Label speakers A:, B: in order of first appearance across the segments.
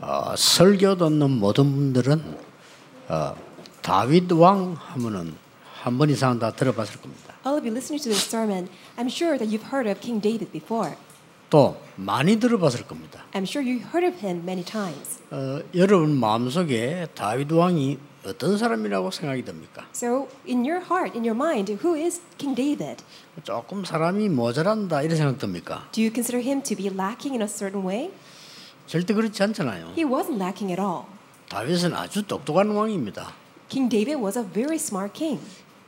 A: 어, 설교 듣는 모든 분들은 어, 다윗 왕 하면은 한 번 이상 다 들어봤을 겁니다.
B: All of you listening to this sermon, I'm sure that you've heard of King David before.
A: 또 많이 들어봤을 겁니다.
B: I'm sure you heard of him many times.
A: 어, 여러분 마음속에 다윗 왕이 어떤 사람이라고 생각이 듭니까?
B: So, in your heart, in your mind, who is King David?
A: 조금 사람이 모자란다 이런 생각 듭니까?
B: Do you consider him to be lacking in a certain way?
A: 절대 그렇지 않잖아요.
B: He wasn't lacking at all.
A: 다윗은 아주 똑똑한 왕입니다.
B: King David was a very smart king.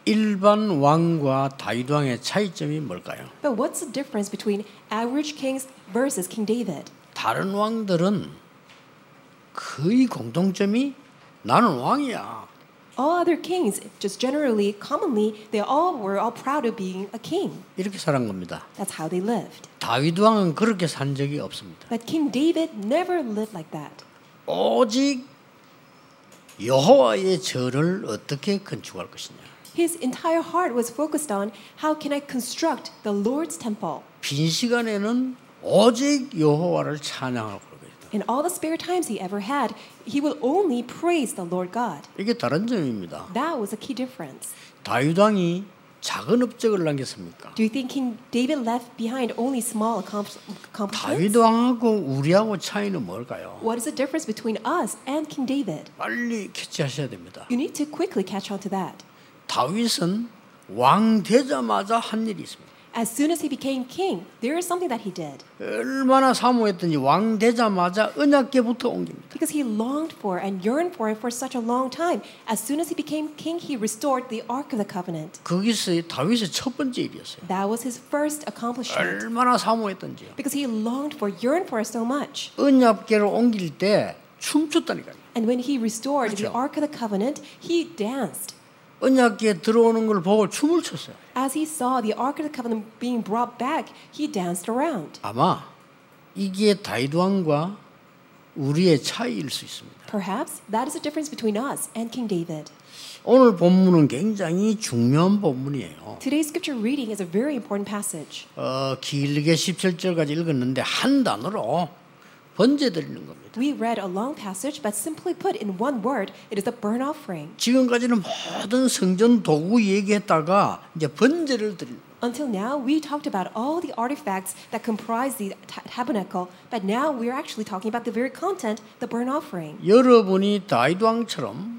A: 일반 왕과 다윗 왕의 차이점이 뭘까요?
B: But what's the difference between average kings versus King David?
A: 다른 왕들은 거의 공통점이 나는 왕이야.
B: All other kings, just generally, commonly, they all were all proud of being a king.
A: 이렇게 살은 겁니다.
B: That's how they lived.
A: 다윗 왕은 그렇게 산 적이 없습니다.
B: But King David never lived like that.
A: 오직 여호와의 절을 어떻게 건축할 것이냐.
B: His entire heart was focused on how can I construct the Lord's temple?
A: 빈 시간에는 오직 여호와를 찬양하고 그러겠다.
B: In all the spare times he ever had, he will only praise the Lord God.
A: 이게 다른 점입니다.
B: That was a key difference.
A: 다윗 왕이 작은 업적을 남겼습니까?
B: Do you think King David left behind only small accompli- accomplishments?
A: 다윗 왕하고 우리하고 차이는 뭘까요?
B: What is the difference between us and King David?
A: 빨리 캐치하셔야 됩니다.
B: You need to quickly catch on to that.
A: 다윗은 왕 되자마자 한 일이 있습니다.
B: As soon as he became king, there is something that he did
A: 얼마나 사모했든지 왕 되자마자 언약궤부터 옮깁니다.
B: because he longed for and yearned for it for such a long time. As soon as he became king, he restored the Ark of the Covenant.
A: 거기서 다윗의 첫 번째 일이었어요.
B: That was his first accomplishment
A: 얼마나 사모했든지요.
B: because he longed for, yearned for it so much.
A: 언약궤를 옮길 때 춤췄다니까요.
B: And when he restored the
A: 그렇죠.
B: Ark of the Covenant, he danced.
A: 언약궤 들어오는 걸 보고 춤을 췄어요.
B: As he saw the Ark of the Covenant being brought back, he danced around.
A: 아마 이게 다윗 왕과 우리의 차이일 수 있습니다.
B: Perhaps that is the difference between us and King David.
A: 오늘 본문은 굉장히 중요한 본문이에요.
B: Today's scripture reading is a very important passage.
A: 어, 길게 17절까지 읽었는데 한 단어로 번제드리는 겁니다.
B: We read a long passage, but simply put in one word, it is the burnt offering.
A: 지금까지는 모든 성전 도구 얘기했다가 이제 번제를 드리는 거예요.
B: Until now, we talked about all the artifacts that comprise the ta- tabernacle, but now we're actually talking about the very content, the burnt offering.
A: 여러분이 다윗 왕처럼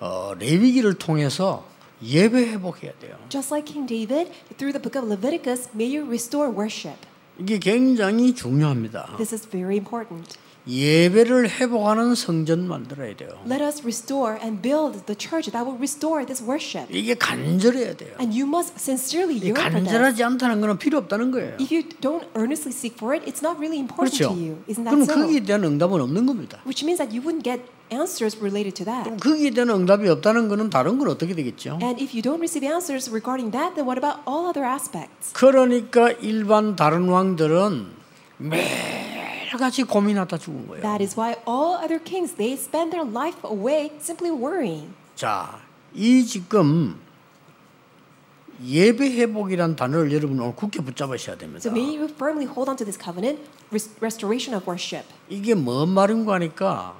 A: 어, 레위기를 통해서 예배 회복해야 돼요.
B: Just like King David, through the book of Leviticus, may you restore worship.
A: 이게 굉장히 중요합니다.
B: This is very important.
A: 예배를 회복하는 성전 만들어야 돼요.
B: Let us restore and build the church that will restore this worship.
A: 이게 간절해야 돼요.
B: And you must sincerely
A: 이
B: yearn for this.
A: 간절하지 않다는 거는 필요 없다는 거예요.
B: If you don't earnestly seek for it, it's not really important
A: 그렇죠?
B: to you. Isn't that
A: 그럼
B: so?
A: 거기에 대한 응답은 없는 겁니다.
B: Which means that you wouldn't get answers related to that.
A: 그럼 거기에 대한 응답이 없다는 거는 다른 건 어떻게 되겠죠?
B: And if you don't receive answers regarding that, then what about all other aspects?
A: 그러니까 일반 다른 왕들은 매일같이 고민하다 죽은 거예요.
B: That is why all other kings they spend their life away simply worrying.
A: 자, 이 지금 예배 회복이란 단어를 여러분 오늘 굳게 붙잡으셔야 됩니다.
B: So may you firmly hold on to this covenant, res- restoration of worship.
A: 이게 뭔 말인가 하니까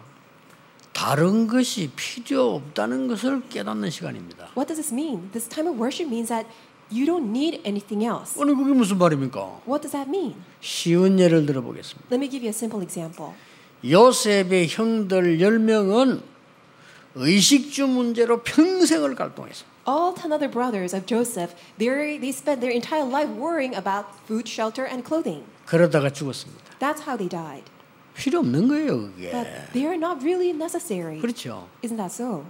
A: 다른 것이 필요 없다는 것을 깨닫는 시간입니다.
B: What does this mean? This time of worship means that you don't need anything else.
A: 아니 그게 무슨 말입니까?
B: What does that mean?
A: 쉬운 예를 들어보겠습니다.
B: Let me give you a simple example.
A: 요셉의 형들 10명은 의식주 문제로 평생을 갈등했어요.
B: All ten other brothers of Joseph, they they spent their entire life worrying about food, shelter, and clothing.
A: 그러다가 죽었습니다.
B: That's how they died.
A: 필요 없는 거예요, 그게.
B: But they are not really necessary.
A: 그렇죠.
B: Isn't that so?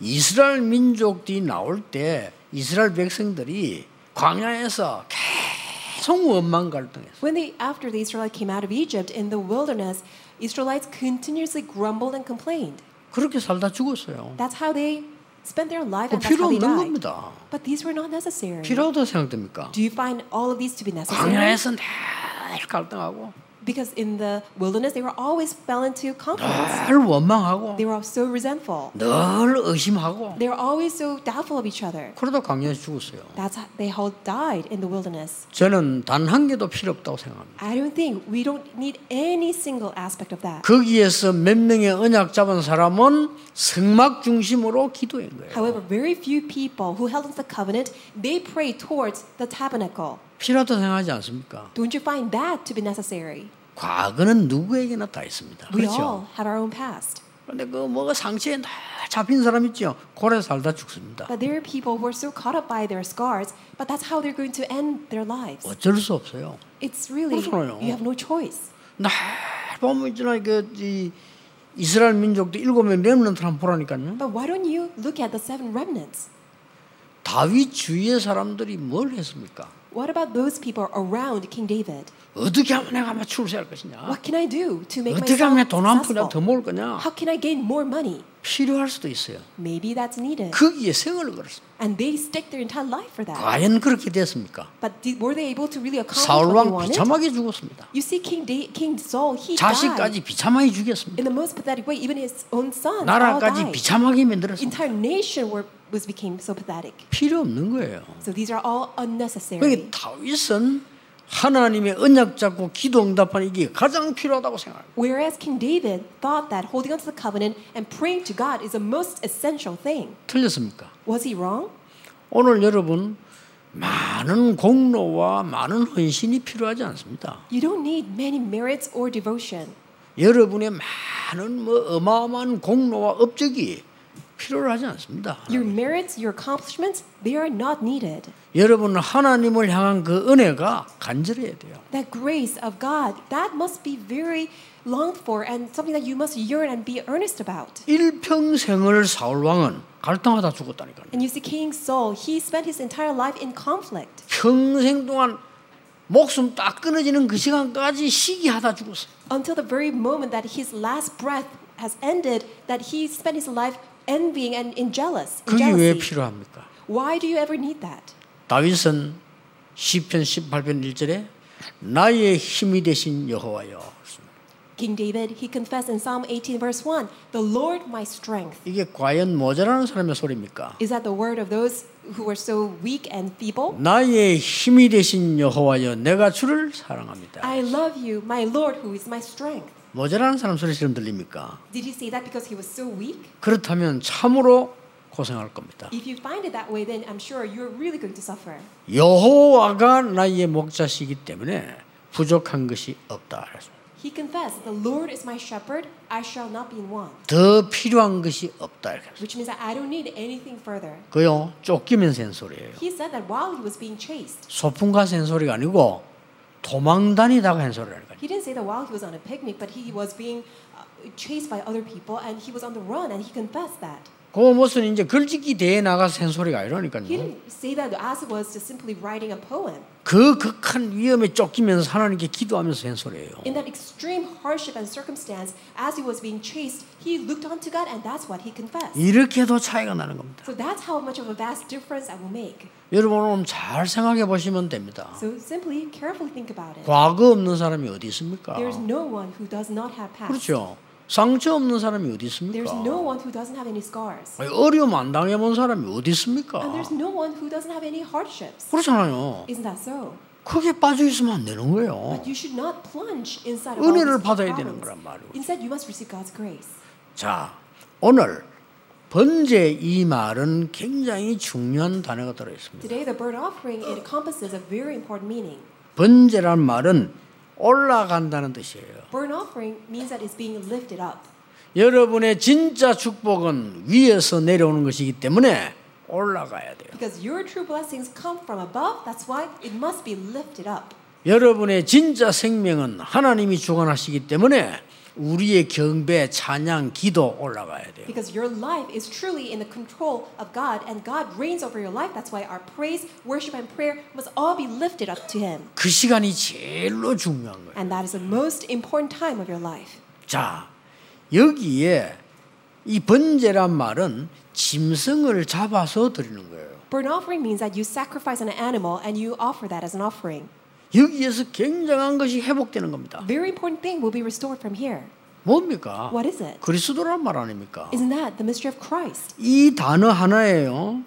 A: 이스라엘 민족들이 나올 때 이스라엘 백성들이 광야에서 계속 원망 갈등했어요.
B: When they, after the Israelites came out of Egypt in the wilderness, Israelites continuously grumbled and complained.
A: 그렇게 살다 죽었어요.
B: That's how they spent their life
A: 그
B: and that's
A: 필요
B: how they
A: 없는
B: died.
A: 겁니다.
B: But these were not necessary. 네.
A: 필요하다고 생각됩니까?
B: Do you find all of these to be necessary?
A: 광야에서 늘 갈등하고
B: because in the wilderness they were always fell into conflicts.
A: 늘 원망하고
B: They were all so resentful.
A: 늘 의심하고
B: They were always so doubtful of each other.
A: 그러다 강연에서 죽었어요.
B: That's how they all died in the wilderness.
A: 저는 단 한 개도 필요 없다고 생각합니다.
B: I don't think we don't need any single aspect of that.
A: 거기에서 몇 명의 언약 잡은 사람은 성막 중심으로 기도한 거예요.
B: However, very few people who held into the covenant, they pray towards the tabernacle.
A: 필요하다 생각하지 않습니까?
B: Don't you find that to be necessary?
A: 과거는 누구에게나 다 있습니다.
B: We
A: 그렇죠?
B: all have our own past.
A: 그런데 그 뭐가 상처에 다 잡힌 사람 있죠. 고래 살다 죽습니다.
B: But there are people who are so caught up by their scars, but that's how they're going to end their lives.
A: 어쩔 수 없어요.
B: It's really,
A: 그렇잖아요.
B: you have no choice.
A: 나 보면 있잖아 그이 이스라엘 민족도 일곱 명 렘넌트 한번 보라니까요.
B: But why don't you look at the seven remnants?
A: 다윗 주위의 사람들이 뭘 했습니까?
B: What about those people around King David?
A: 어떻게 하면 내가 아마 출세할 것이냐?
B: What can I do to make
A: Ah. 어떻게 하면
B: myself
A: 돈 한 푼이라도 더
B: successful?
A: 모을 거냐?
B: How can I gain more money?
A: 필요할 수도 있어요.
B: Maybe that's needed.
A: 거기에 생을 걸었습니다.
B: And they stick their entire life for that.
A: 과연 그렇게 됐습니까?
B: But did, were they able to really accomplish
A: 사울
B: what
A: 왕
B: they wanted?
A: 비참하게 죽었습니다.
B: You see, King, da- King Saul, he died
A: 자식까지 비참하게 죽였습니다.
B: in the most pathetic way. Even his own sons all
A: 나라까지
B: died.
A: 비참하게 만들었습니다.
B: Entire nation were, was became so pathetic.
A: 필요 없는 거예요.
B: So these are all unnecessary.
A: 그러니까 다윗은 하나님의 언약 잡고 기도 응답하는 이게 가장 필요하다고 생각합니다.
B: Whereas King David thought that holding onto the covenant and praying to God is the most essential thing.
A: 틀렸습니까?
B: Was he wrong?
A: 오늘 여러분 많은 공로와 많은 헌신이 필요하지 않습니다.
B: You don't need many merits or devotion.
A: 여러분의 많은 뭐 어마어마한 공로와 업적이 필요를 하지 않습니다.
B: Your merits, your accomplishments, they are not needed.
A: 여러분은 하나님을 향한 그 은혜가 간절해야 돼요.
B: That grace of God, that must be very longed for and something that you must yearn and be earnest about.
A: 일평생을 사울 왕은 갈등하다 죽었다니까요.
B: And you see, King Saul, he spent his entire life in conflict.
A: 평생 동안 목숨 딱 끊어지는 그 시간까지 시기하다 죽었어요.
B: until the very moment that his last breath has ended, that he spent his life envying and in jealous. In
A: 그게 왜
B: jealousy.
A: 필요합니까?
B: Why do you ever need that?
A: 다윗은 시편 18편 1절에 나의 힘이 되신 여호와여.
B: King David, he confessed in Psalm 18, verse 1, The Lord my strength.
A: 이게 과연 모자라는 사람의 소리입니까?
B: Is that the word of those who are so weak and feeble?
A: 나의 힘이 되신 여호와여 내가 주를 사랑합니다.
B: I love you, my Lord, who is my strength.
A: 모자라는 사람 소리처럼 들립니까?
B: Did he say that because he was so weak?
A: 그렇다면 참으로 고생할 겁니다.
B: If you find it that way, then I'm sure you're really going to suffer.
A: 여호와가 나의 목자시기 때문에 부족한 것이 없다.
B: He confessed, The Lord is my shepherd, I shall not be in want,
A: 더 필요한 것이 없다. 이렇게 했어요.
B: which means that I don't need anything further.
A: 그요 쫓기면서 한 소리예요.
B: He said that while he was being chased.
A: 소풍 가서 한 소리가 아니고 도망다니다가 한 소리라니까.
B: He didn't say that while he was on a picnic, but he was being uh, chased by other people and he was on the run and he confessed that.
A: 그 무슨 이제 글짓기 대회 나가서 한 소리가
B: He
A: 아니라니까요.
B: didn't say that as it was just simply writing a poem.
A: 그 극한 위험에 쫓기면서 하나님께 기도하면서 한 소리예요.
B: In that extreme hardship and circumstance, as he was being chased, he looked on to God and that's what he confessed.
A: 이렇게 해도 차이가 나는 겁니다.
B: So that's how much of a vast difference I will make.
A: 여러분 오늘 잘 생각해 보시면 됩니다.
B: So simply carefully think about it.
A: 과거 없는 사람이 어디 있습니까?
B: There's no one who does not have past.
A: 그렇죠. 상처 없는 사람이 어디
B: There's
A: 있습니까?
B: no one who doesn't have any scars.
A: 아니, 어려움 안 당해본 사람이 어디 있습니까?
B: And there's no one who doesn't have any hardships.
A: 그렇잖아요.
B: Isn't that so?
A: 거기에 빠져 있으면 안 되는 거예요.
B: But you should not plunge inside of all
A: 은혜를
B: these
A: 받아야
B: problems.
A: 되는 거란 말이에요.
B: Instead, you must receive God's grace.
A: 자, 오늘 번제 이 말은 굉장히 중요한 단어가 들어 있습니다.
B: Today, the burnt offering it encompasses a very important meaning.
A: 번제란 말은 올라간다는 뜻이에요.
B: Burnt offering means that it's being lifted up.
A: 여러분의 진짜 축복은 위에서 내려오는 것이기 때문에 올라가야 돼요.
B: Because your true blessings come from above, that's why it must be lifted up.
A: 여러분의 진짜 생명은 하나님이 주관하시기 때문에 우리의 경배, 찬양, 기도 올라가야 돼요.
B: Because your life is truly in the control of God, and God reigns over your life. That's why our praise, worship, and prayer must all be lifted up to Him.
A: 그 시간이 제일로 중요한 거예요.
B: And that is the most important time of your life.
A: 자, 여기에 이 번제란 말은 짐승을 잡아서 드리는 거예요.
B: Burnt offering means that you sacrifice an animal and you offer that as an offering.
A: 여기에서 굉장한 것이 회복되는 겁니다.
B: Very important thing will be restored from here.
A: 뭡니까?
B: What is it?
A: 그리스도란 말 아닙니까?
B: Isn't that the mystery of Christ?
A: 이 단어 하나에요.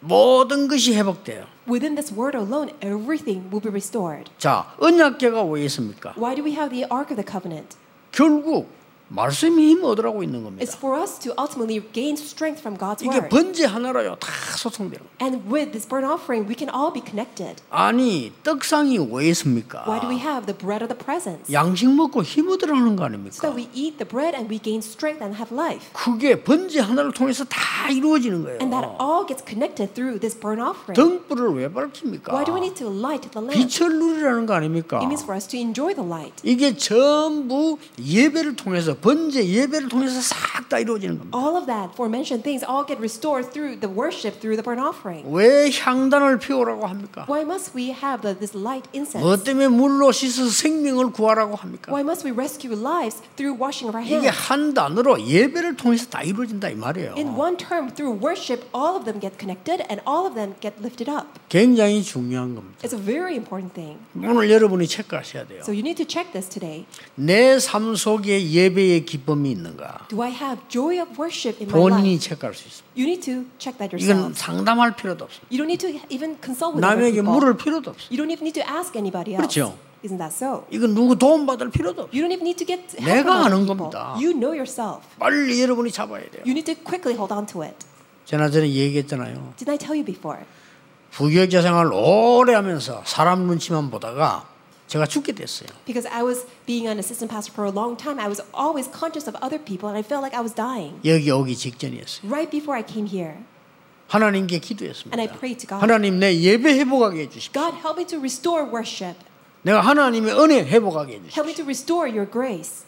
A: 모든 것이 회복돼요.
B: Within this word alone, everything will be restored.
A: 자, 언약계가 왜 있습니까?
B: Why do we have the Ark of the Covenant?
A: 결국 말씀이 힘 얻으라고 있는 겁니다.
B: It's for us to ultimately gain strength from God's
A: 이게
B: word.
A: 번제 하나로요. 다 소통돼요.
B: And with this burnt offering, we can all be connected.
A: 아니, 떡상이 왜 있습니까?
B: Why do we have the bread of the presence?
A: 양식 먹고 힘 얻으라는 거
B: So that
A: 아닙니까?
B: we eat the bread and we gain strength and have life.
A: 그게 번제 하나를 통해서 다 이루어지는
B: And that
A: 거예요.
B: all gets connected through this burnt offering.
A: 등불을 왜
B: Why
A: 밝힙니까?
B: do we need to light the lamp?
A: 빛을 누리라는 거 아닙니까?
B: It means for us to enjoy the light.
A: 이게 전부 예배를 통해서 번제 예배를 통해서 싹 다 이루어지는 겁니다.
B: All of that forementioned things all get restored through the worship, through the burnt offering.
A: 왜 향단을 피우라고 합니까?
B: Why must we have the, this light incense?
A: 뭐 때문에 물로 씻어서 생명을 구하라고 합니까?
B: Why must we rescue lives through washing of our
A: 이게
B: hands?
A: 한 단어로 예배를 통해서 다 이루어진다 이 말이에요.
B: In one term, through worship, all of them get connected and all of them get lifted up.
A: 굉장히 중요한 겁니다.
B: It's a very important thing.
A: 오늘 여러분이 체크하셔야 돼요.
B: So you need to check this today.
A: 내 삶 속에 예배의 기쁨이 있는가?
B: Do I have joy of worship in my
A: 본인이
B: life?
A: 체크할 수 있습니다.
B: You need to check that
A: 이건
B: yourself.
A: 상담할 필요도 없습니다.
B: You don't need to even
A: 어,
B: consult with other
A: 남에게 물을
B: people.
A: 필요도 없습니다.
B: You don't even need to ask anybody else.
A: 그렇죠.
B: Isn't that so?
A: 이건 누구 도움받을 필요도 없습니다.
B: You don't even need to get
A: 내가
B: help from other
A: 아는
B: people.
A: 겁니다.
B: You know yourself.
A: 빨리 여러분이 잡아야 돼요.
B: You need to quickly hold on to it.
A: 제가 전에 얘기했잖아요.
B: Didn't I tell you before?
A: 부교육자 생활을 오래 하면서 사람 눈치만 보다가 제가 죽게 됐어요.
B: Because I was being an assistant pastor for a long time, I was always conscious of other people and I felt like I was dying
A: 여기 오기 직전이었어요.
B: right before I came here.
A: 하나님께 기도했습니다.
B: And I prayed to God.
A: 하나님 내 예배 회복하게 해주십시오.
B: God, help me to restore worship.
A: 내가 하나님의 은혜 회복하게 해주십시오.
B: Help me to restore your grace.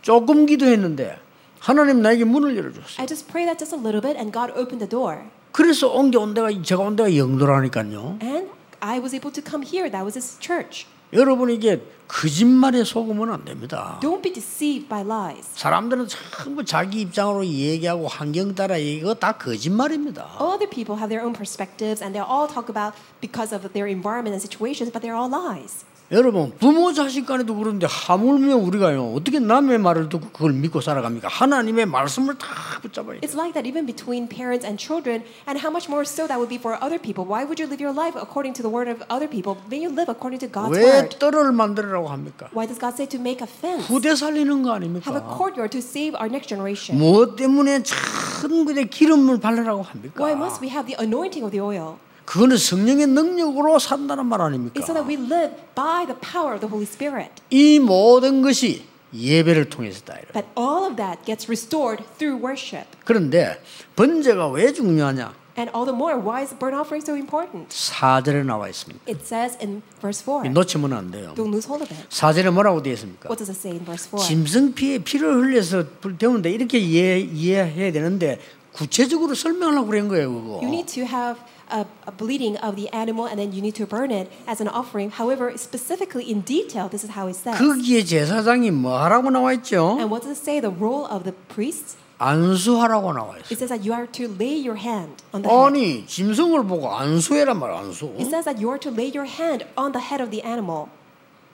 A: 조금 기도했는데 하나님 나에게 문을 열어줬어요.
B: I just pray that just a little bit and God opened the door.
A: 그래서 온 게 온 데가 제가 온 데가 영도라니까요.
B: And I was able to come here. That was his church.
A: 여러분 이게 거짓말에 속으면 안 됩니다.
B: Don't be deceived by lies.
A: 사람들은 전부 자기 입장으로 얘기하고 환경 따라 얘기하고 다 거짓말입니다.
B: All other people have their own perspectives and they all talk about because of their environment and situations, but they're all lies.
A: 여러분 부모 자식 간에도 그런데 하물며 우리가요 어떻게 남의 말을 듣고 그걸 믿고 살아갑니까? 하나님의 말씀을 다 붙잡아야 돼요.
B: It's like that even between parents and children, and how much more so that would be for other people. Why would you live your life according to the word of other people? Then you live according to God's
A: 왜
B: word.
A: 떨을 만들라고 합니까?
B: Why does God say to make a fence?
A: 후대 살리는 거
B: Have a
A: 아닙니까?
B: courtyard to save our next generation.
A: 무엇 때문에 천국에 기름을 바르라고
B: Why
A: 합니까?
B: must we have the anointing of the oil?
A: 그거는 성령의 능력으로 산다는 말 아닙니까?
B: It's so that we live by the power of the Holy Spirit.
A: 이 모든 것이 예배를 통해서다. 이래요.
B: But all of that gets restored through worship.
A: 그런데 번제가 왜 중요하냐?
B: And all the more, why is the burnt offering so important?
A: 사절에 나와 있습니다.
B: It says in verse 4.
A: 놓치면 안 돼요.
B: Don't lose hold of it.
A: 사절에 뭐라고 되어 있습니까?
B: What does it say in verse 4?
A: 짐승 피에 피를 흘려서 불태우는데 이렇게 이해, 이해해야 되는데 구체적으로 설명하려고 그런 거예요
B: You
A: 그거.
B: need to have a, a bleeding of the animal and then you need to burn it as an offering. However, specifically in detail, this is how it says.
A: 거기에 제사장이 뭐 하라고 나와 있죠?
B: And what does it say? The role of the priest?
A: 안수하라고 나와 있어요.
B: It says that you are to lay your hand
A: 네.
B: on the head.
A: 아니 짐승을 보고 안수해란 말 안수.
B: It says that you are to lay your hand on the head of the animal.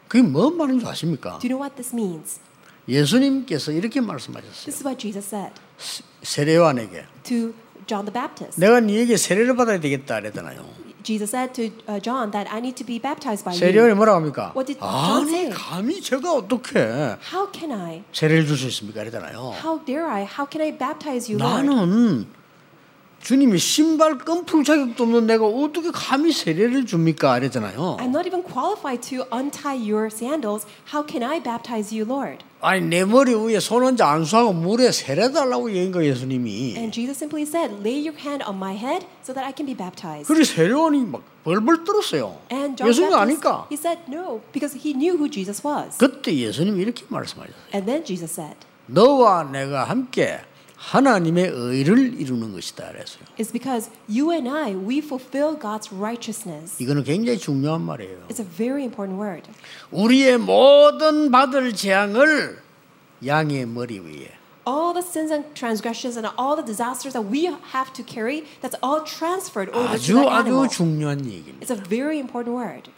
A: 그게 뭔 말인지 아십니까?
B: Do you know what this means?
A: 예수님께서 이렇게 말씀하셨어요.
B: This is what Jesus said
A: 세례요한에게
B: to John the Baptist.
A: 내가 네에게 세례를 받아야 되겠다 그랬잖아요.
B: Jesus said to uh, John that I need to be baptized by
A: 세례요한이
B: you.
A: 뭐라고 합니까?
B: What did John
A: 아니
B: say?
A: 감히 제가 어떻게
B: How can I?
A: 세례를 줄 수 있습니까? 그랬잖아요.
B: How dare I? How can I baptize you, Lord?
A: 나는 주님이 신발 끈풀 자격도 없는 내가 어떻게 감히 세례를 줍니까? 그랬잖아요.
B: I'm not even qualified to untie your sandals. How can I baptize you, Lord?
A: 아니 내 머리 위에 손 얹어 안수하고 물에 세례 달라고 얘기한 거 예수님이.
B: And Jesus simply said, Lay your hand on my head so that I can be baptized.
A: 그래 세례원이 막 벌벌 떨었어요.
B: And John
A: 예수님
B: Baptist,
A: 아니까.
B: he said no, because he knew who Jesus was.
A: 그때 예수님이 이렇게 말씀하셨어요.
B: And then Jesus said,
A: 너와 내가 함께 하나님의 의를 이루는 것이다 그랬어요.
B: It's because you and I, we fulfill God's righteousness.
A: 이거는 굉장히 중요한 말이에요.
B: It's a very important word.
A: 우리의 모든 받을 재앙을 양의 머리 위에
B: all the sins and transgressions and all the disasters that we have to carry, that's all transferred over to
A: 아주
B: that
A: 아주
B: animal.
A: 중요한 얘기입니다.
B: It's a very important word.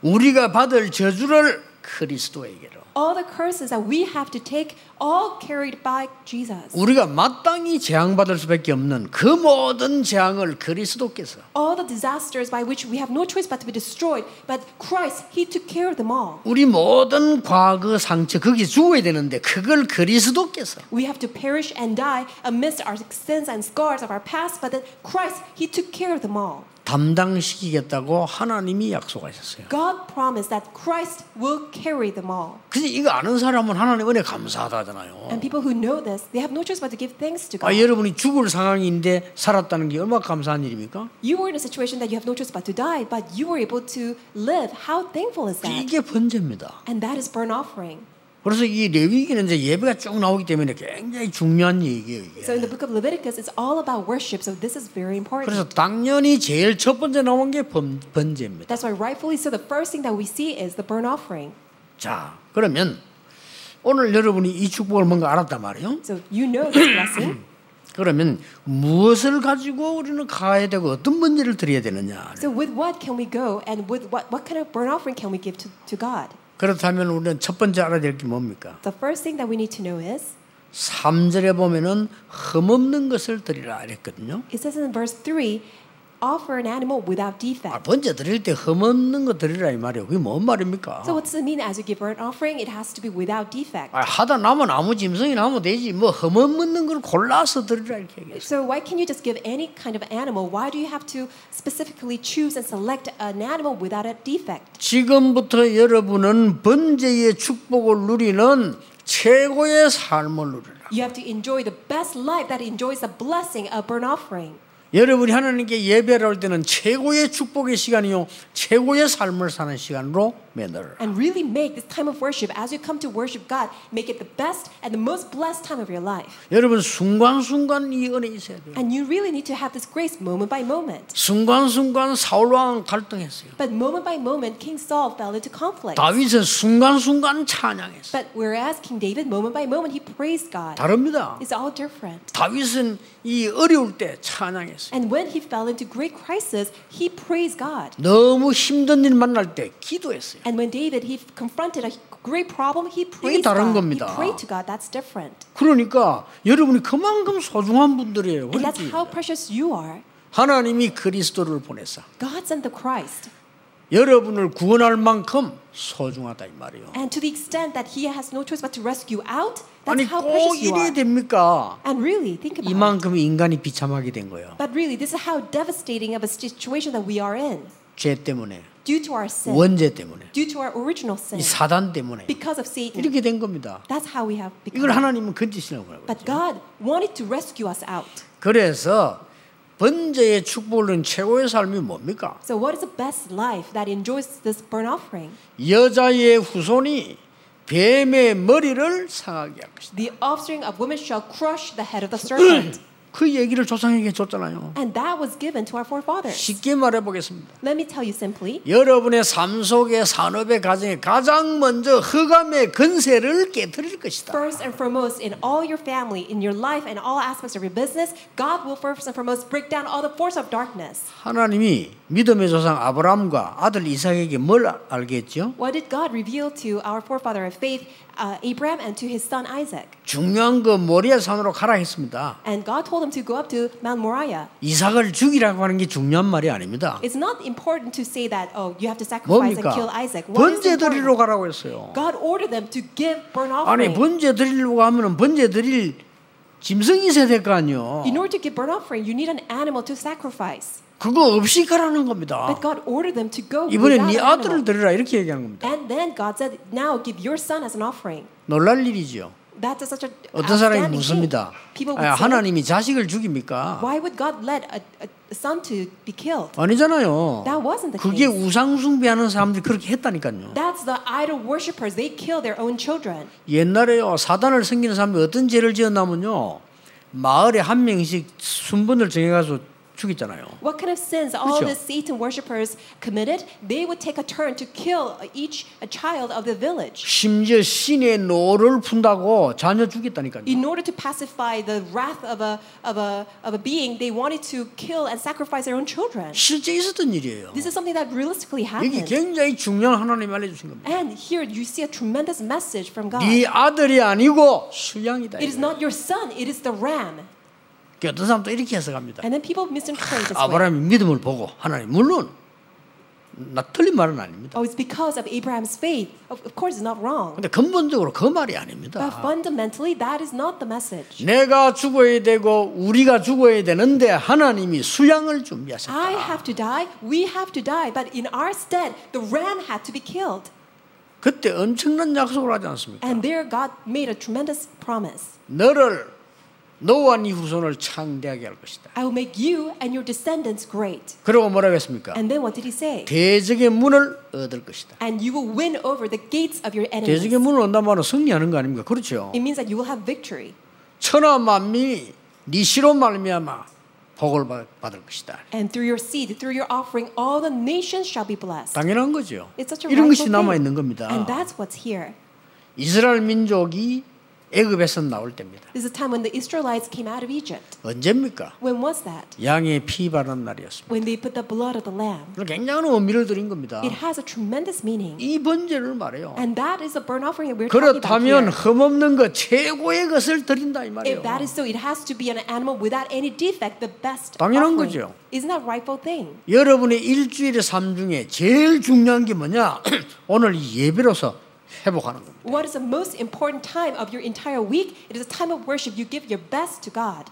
A: 우리가 받을 저주를 그리스도에게로
B: All the curses that we have to take, all carried by Jesus.
A: 우리가 마땅히 재앙받을 수밖에 없는 그 모든 재앙을 그리스도께서
B: All the disasters by which we have no choice but to be destroyed, but Christ, He took care of them all.
A: 우리 모든 과거 상처 거기 죽어야 되는데 그걸 그리스도께서
B: We have to perish and die amidst our sins and scars of our past, but then Christ, He took care of them all.
A: 담당시키겠다고 하나님이 약속하셨어요.
B: God promised that Christ will carry them all.
A: 근데 이거 아는 사람은 하나님 은혜 감사하다잖아요.
B: And people who know this, they have no choice but to give thanks to
A: 아,
B: God.
A: 여러분이 죽을 상황인데 살았다는 게 얼마나 감사한 일입니까?
B: You were in a situation that you have no choice but to die, but you were able to live. How thankful is that?
A: 이게 번제입니다.
B: And that is burnt offering.
A: 그래서 이 레위기는 이제 예배가 쭉 나오기 때문에 굉장히 중요한 얘기예요. 이게.
B: So in the book of Leviticus, it's all about worship. So this is very important.
A: 그래서 당연히 제일 첫 번째 나온 게 번, 번제입니다.
B: That's why rightfully so, the first thing that we see is the burnt offering.
A: 자, 그러면 오늘 여러분이 이 축복을 뭔가 알았단 말이에요.
B: So you know this blessing.
A: 그러면 무엇을 가지고 우리는 가야 되고 어떤 번제를 드려야 되느냐.
B: So with what can we go, and with what what kind of burnt offering can we give to, to God?
A: 그렇다면 우리는 첫 번째 알아야 될 게 뭡니까?
B: The first thing that we need to know is
A: 3절에 보면은 흠없는 것을 드리라 이랬거든요.
B: it says in verse three, offer an animal without
A: 아,
B: defect.
A: 번제 드릴 때 흠없는 거 드리라 이 말이에요. 그게 뭔 말입니까?
B: So what does it mean? As you give burnt offering, it has to be without defect.
A: 아, 하다 남은 아무 짐승이 나면 되지 뭐 흠없는 걸 골라서 드리라 이렇게 얘기해요.
B: So why can't you just give any kind of animal? Why do you have to specifically choose and select an animal without a defect?
A: 지금부터 여러분은 번제의 축복을 누리는 최고의 삶을 누리라.
B: You have to enjoy the best life that enjoys the blessing of burnt offering.
A: 여러분이 하나님께 예배를 할 때는 최고의 축복의 시간이요 최고의 삶을 사는 시간으로 만들라.
B: And really make this time of worship, as you come to worship God, make it the best and the most blessed time of your life.
A: 여러분 순간순간 이 은혜 있어야 돼요.
B: And you really need to have this grace moment by moment.
A: 순간순간 사울왕 갈등했어요.
B: But moment by moment, King Saul fell into conflict.
A: 다윗은 순간순간 찬양했어요.
B: But whereas King David, moment by moment, he praised God.
A: 다릅니다.
B: It's all different.
A: 다윗은 이 어려울 때 찬양했어요.
B: And when he fell into great crisis, he praised God.
A: 너무 힘든 일 만날 때 기도했어요.
B: And when David he confronted a great problem, he
A: 이게
B: prayed to
A: 다른
B: God.
A: 겁니다.
B: He prayed to God. That's different.
A: 그러니까 여러분이 그만큼 소중한 분들이에요.
B: And that's how
A: 그렇지?
B: precious you are.
A: 하나님이 그리스도를 보내사
B: God sent the Christ.
A: 여러분을 구원할 만큼 소중하다 이 말이에요.
B: And to the extent that he has no choice but to rescue out, that's
A: 아니
B: how
A: 꼭
B: precious you
A: 이래야
B: are.
A: 됩니까?
B: And really, think about it.
A: 이만큼 인간이 비참하게 된 거예요.
B: But really, this is how devastating of a situation that we are in
A: 죄 때문에,
B: due to our sin,
A: 원죄 때문에,
B: due to our original sin,
A: 이 사단 때문에
B: 네. because of Satan.
A: 이렇게 된 겁니다.
B: That's how we have
A: 이걸
B: become.
A: 하나님은 건지시려고 해요.
B: But God wanted to rescue us out.
A: 그래서 번제의 축복은 최고의 삶이 뭡니까?
B: So, what is the best life that enjoys this burnt offering?
A: 여자의 후손이 뱀의 머리를 상하게 할 것이다.
B: The offspring of women shall crush the head of the serpent.
A: 그 얘기를 조상에게 줬잖아요.
B: and that was given to our forefathers.
A: 쉽게 말해 보겠습니다.
B: Let me tell you simply
A: 여러분의 삶 속의 산업의 가정에 가장 먼저 흑암의 근세를 깨뜨릴 것이다.
B: first and foremost, in all your family, in your life, and all aspects of your business, God will first and foremost break down all the force of darkness.
A: 하나님이 믿음의 조상 아브람과 아들 이삭에게 뭘 알- 알게 했죠?
B: What did God reveal to our forefather of faith, uh, Abraham, and to his son Isaac?
A: 중요한 거 모리아 산으로 가라 했습니다.
B: And God told him to go up to Mount Moriah.
A: 이삭을 죽이라고 하는 게 중요한 말이 아닙니다.
B: It's not important to say that, oh, you have to sacrifice and kill
A: 뭡니까?
B: Isaac. What is
A: 번제 드리러
B: important?
A: 가라고 했어요.
B: God ordered them to give burnt
A: 아니
B: offering.
A: 번제 드리려고 하면은 번제 드릴 짐승이 있어야 될 거 아니요.
B: In order to give burnt offering, you need an animal to sacrifice.
A: 그거 없이 가라는 겁니다.
B: But God ordered them to go
A: 이번에
B: without
A: 네
B: an
A: 아들을
B: animal.
A: 드리라 이렇게 얘기하는 겁니다.
B: And then God said, "Now give your son as an offering."
A: 놀랄 일이죠.
B: That's such a
A: 어떤 사람이
B: outstanding thing.
A: 묻습니다.
B: People would
A: 아,
B: say,
A: 하나님이 자식을 죽입니까?
B: "Why would God let a, a- a son to be killed?"
A: 아니잖아요.
B: That wasn't the
A: 그게
B: case.
A: 우상 숭배하는 사람들이 그렇게 했다니까요.
B: That's the idol worshippers. They kill their own children.
A: 옛날에요 사단을 섬기는 사람이 어떤 죄를 지었냐면요 마을에 한 명씩 순번을 정해가지고 죽였잖아요.
B: What kind of sins all
A: 그렇죠.
B: the Satan worshippers committed? They would take a turn to kill each a child of the village
A: 심지어 신의 노를 푼다고 자녀 죽였다니까요.
B: in order to pacify the wrath of a, of a, of a being. They wanted to kill and sacrifice their own children.
A: 실제 있었던 일이에요.
B: This is something that realistically
A: 여기
B: happened.
A: 굉장히 중요한 하나님 이 알려주신 겁니다.
B: And here you see a tremendous message from God.
A: 네 아들이 아니고 수양이다.
B: It is not your son, it is the ram.
A: 이거. 어떤 사람도 이렇게 해석합니다.
B: And then people misinterpret this way.
A: 아브라함이 믿음을 보고 하나님 물론 나 틀린 말은 아닙니다.
B: Oh, it's because of Abraham's faith. Of, of course, it's not wrong.
A: 근데 근본적으로 그 말이
B: But
A: 아닙니다.
B: fundamentally, that is not the message.
A: 내가 죽어야 되고 우리가 죽어야 되는데 하나님이 수양을
B: I
A: 준비하셨다.
B: have to die, we have to die, but in our stead, the ram had to be killed.
A: 그때 엄청난 약속을 하지 않습니까?
B: And there, God made a tremendous promise
A: 너를 너와 네 후손을 창대하게 할 것이다.
B: I will make you and your descendants great.
A: 그러고 뭐라고 했습니까?
B: And then what did he say?
A: 대적의 문을 얻을 것이다.
B: And you will win over the gates of your enemies.
A: 대적의 문을 얻는 말은 승리하는 거 아닙니까? 그렇죠.
B: It means that you will have victory.
A: 천하 만민이 네 시로 말미암아 복을 받- 받을 것이다.
B: And through your seed, through your offering, all the nations shall be blessed.
A: 당연한 거죠.
B: It's such a
A: 이런 것이
B: rightful
A: 남아
B: thing.
A: 있는 겁니다.
B: And that's what's here.
A: 이스라엘 민족이 애굽에서 나올 때입니다.
B: This is the time when the Israelites came out of Egypt.
A: 언제입니까?
B: When was that?
A: 양의 피 바른 날이었습니다.
B: When they put the blood of the lamb.
A: 그리고 굉장한 의미를 드린 겁니다.
B: It has a tremendous meaning.
A: Ah. 이 번제를 말해요.
B: And that is the burnt offering that we're talking about
A: 그렇다면
B: here.
A: 흠없는 것 최고의 것을 드린다 이
B: If
A: 말이에요.
B: that is so, it has to be an animal without any defect, the best
A: 당연한
B: offering.
A: 거죠.
B: Isn't that rightful thing?
A: 여러분의 일주일의 삶 중에 제일 중요한 게 뭐냐? 오늘 이 예배로서 회복하는 겁니다.
B: What is the most important time of your entire week? It is a time of worship. You give your best to God.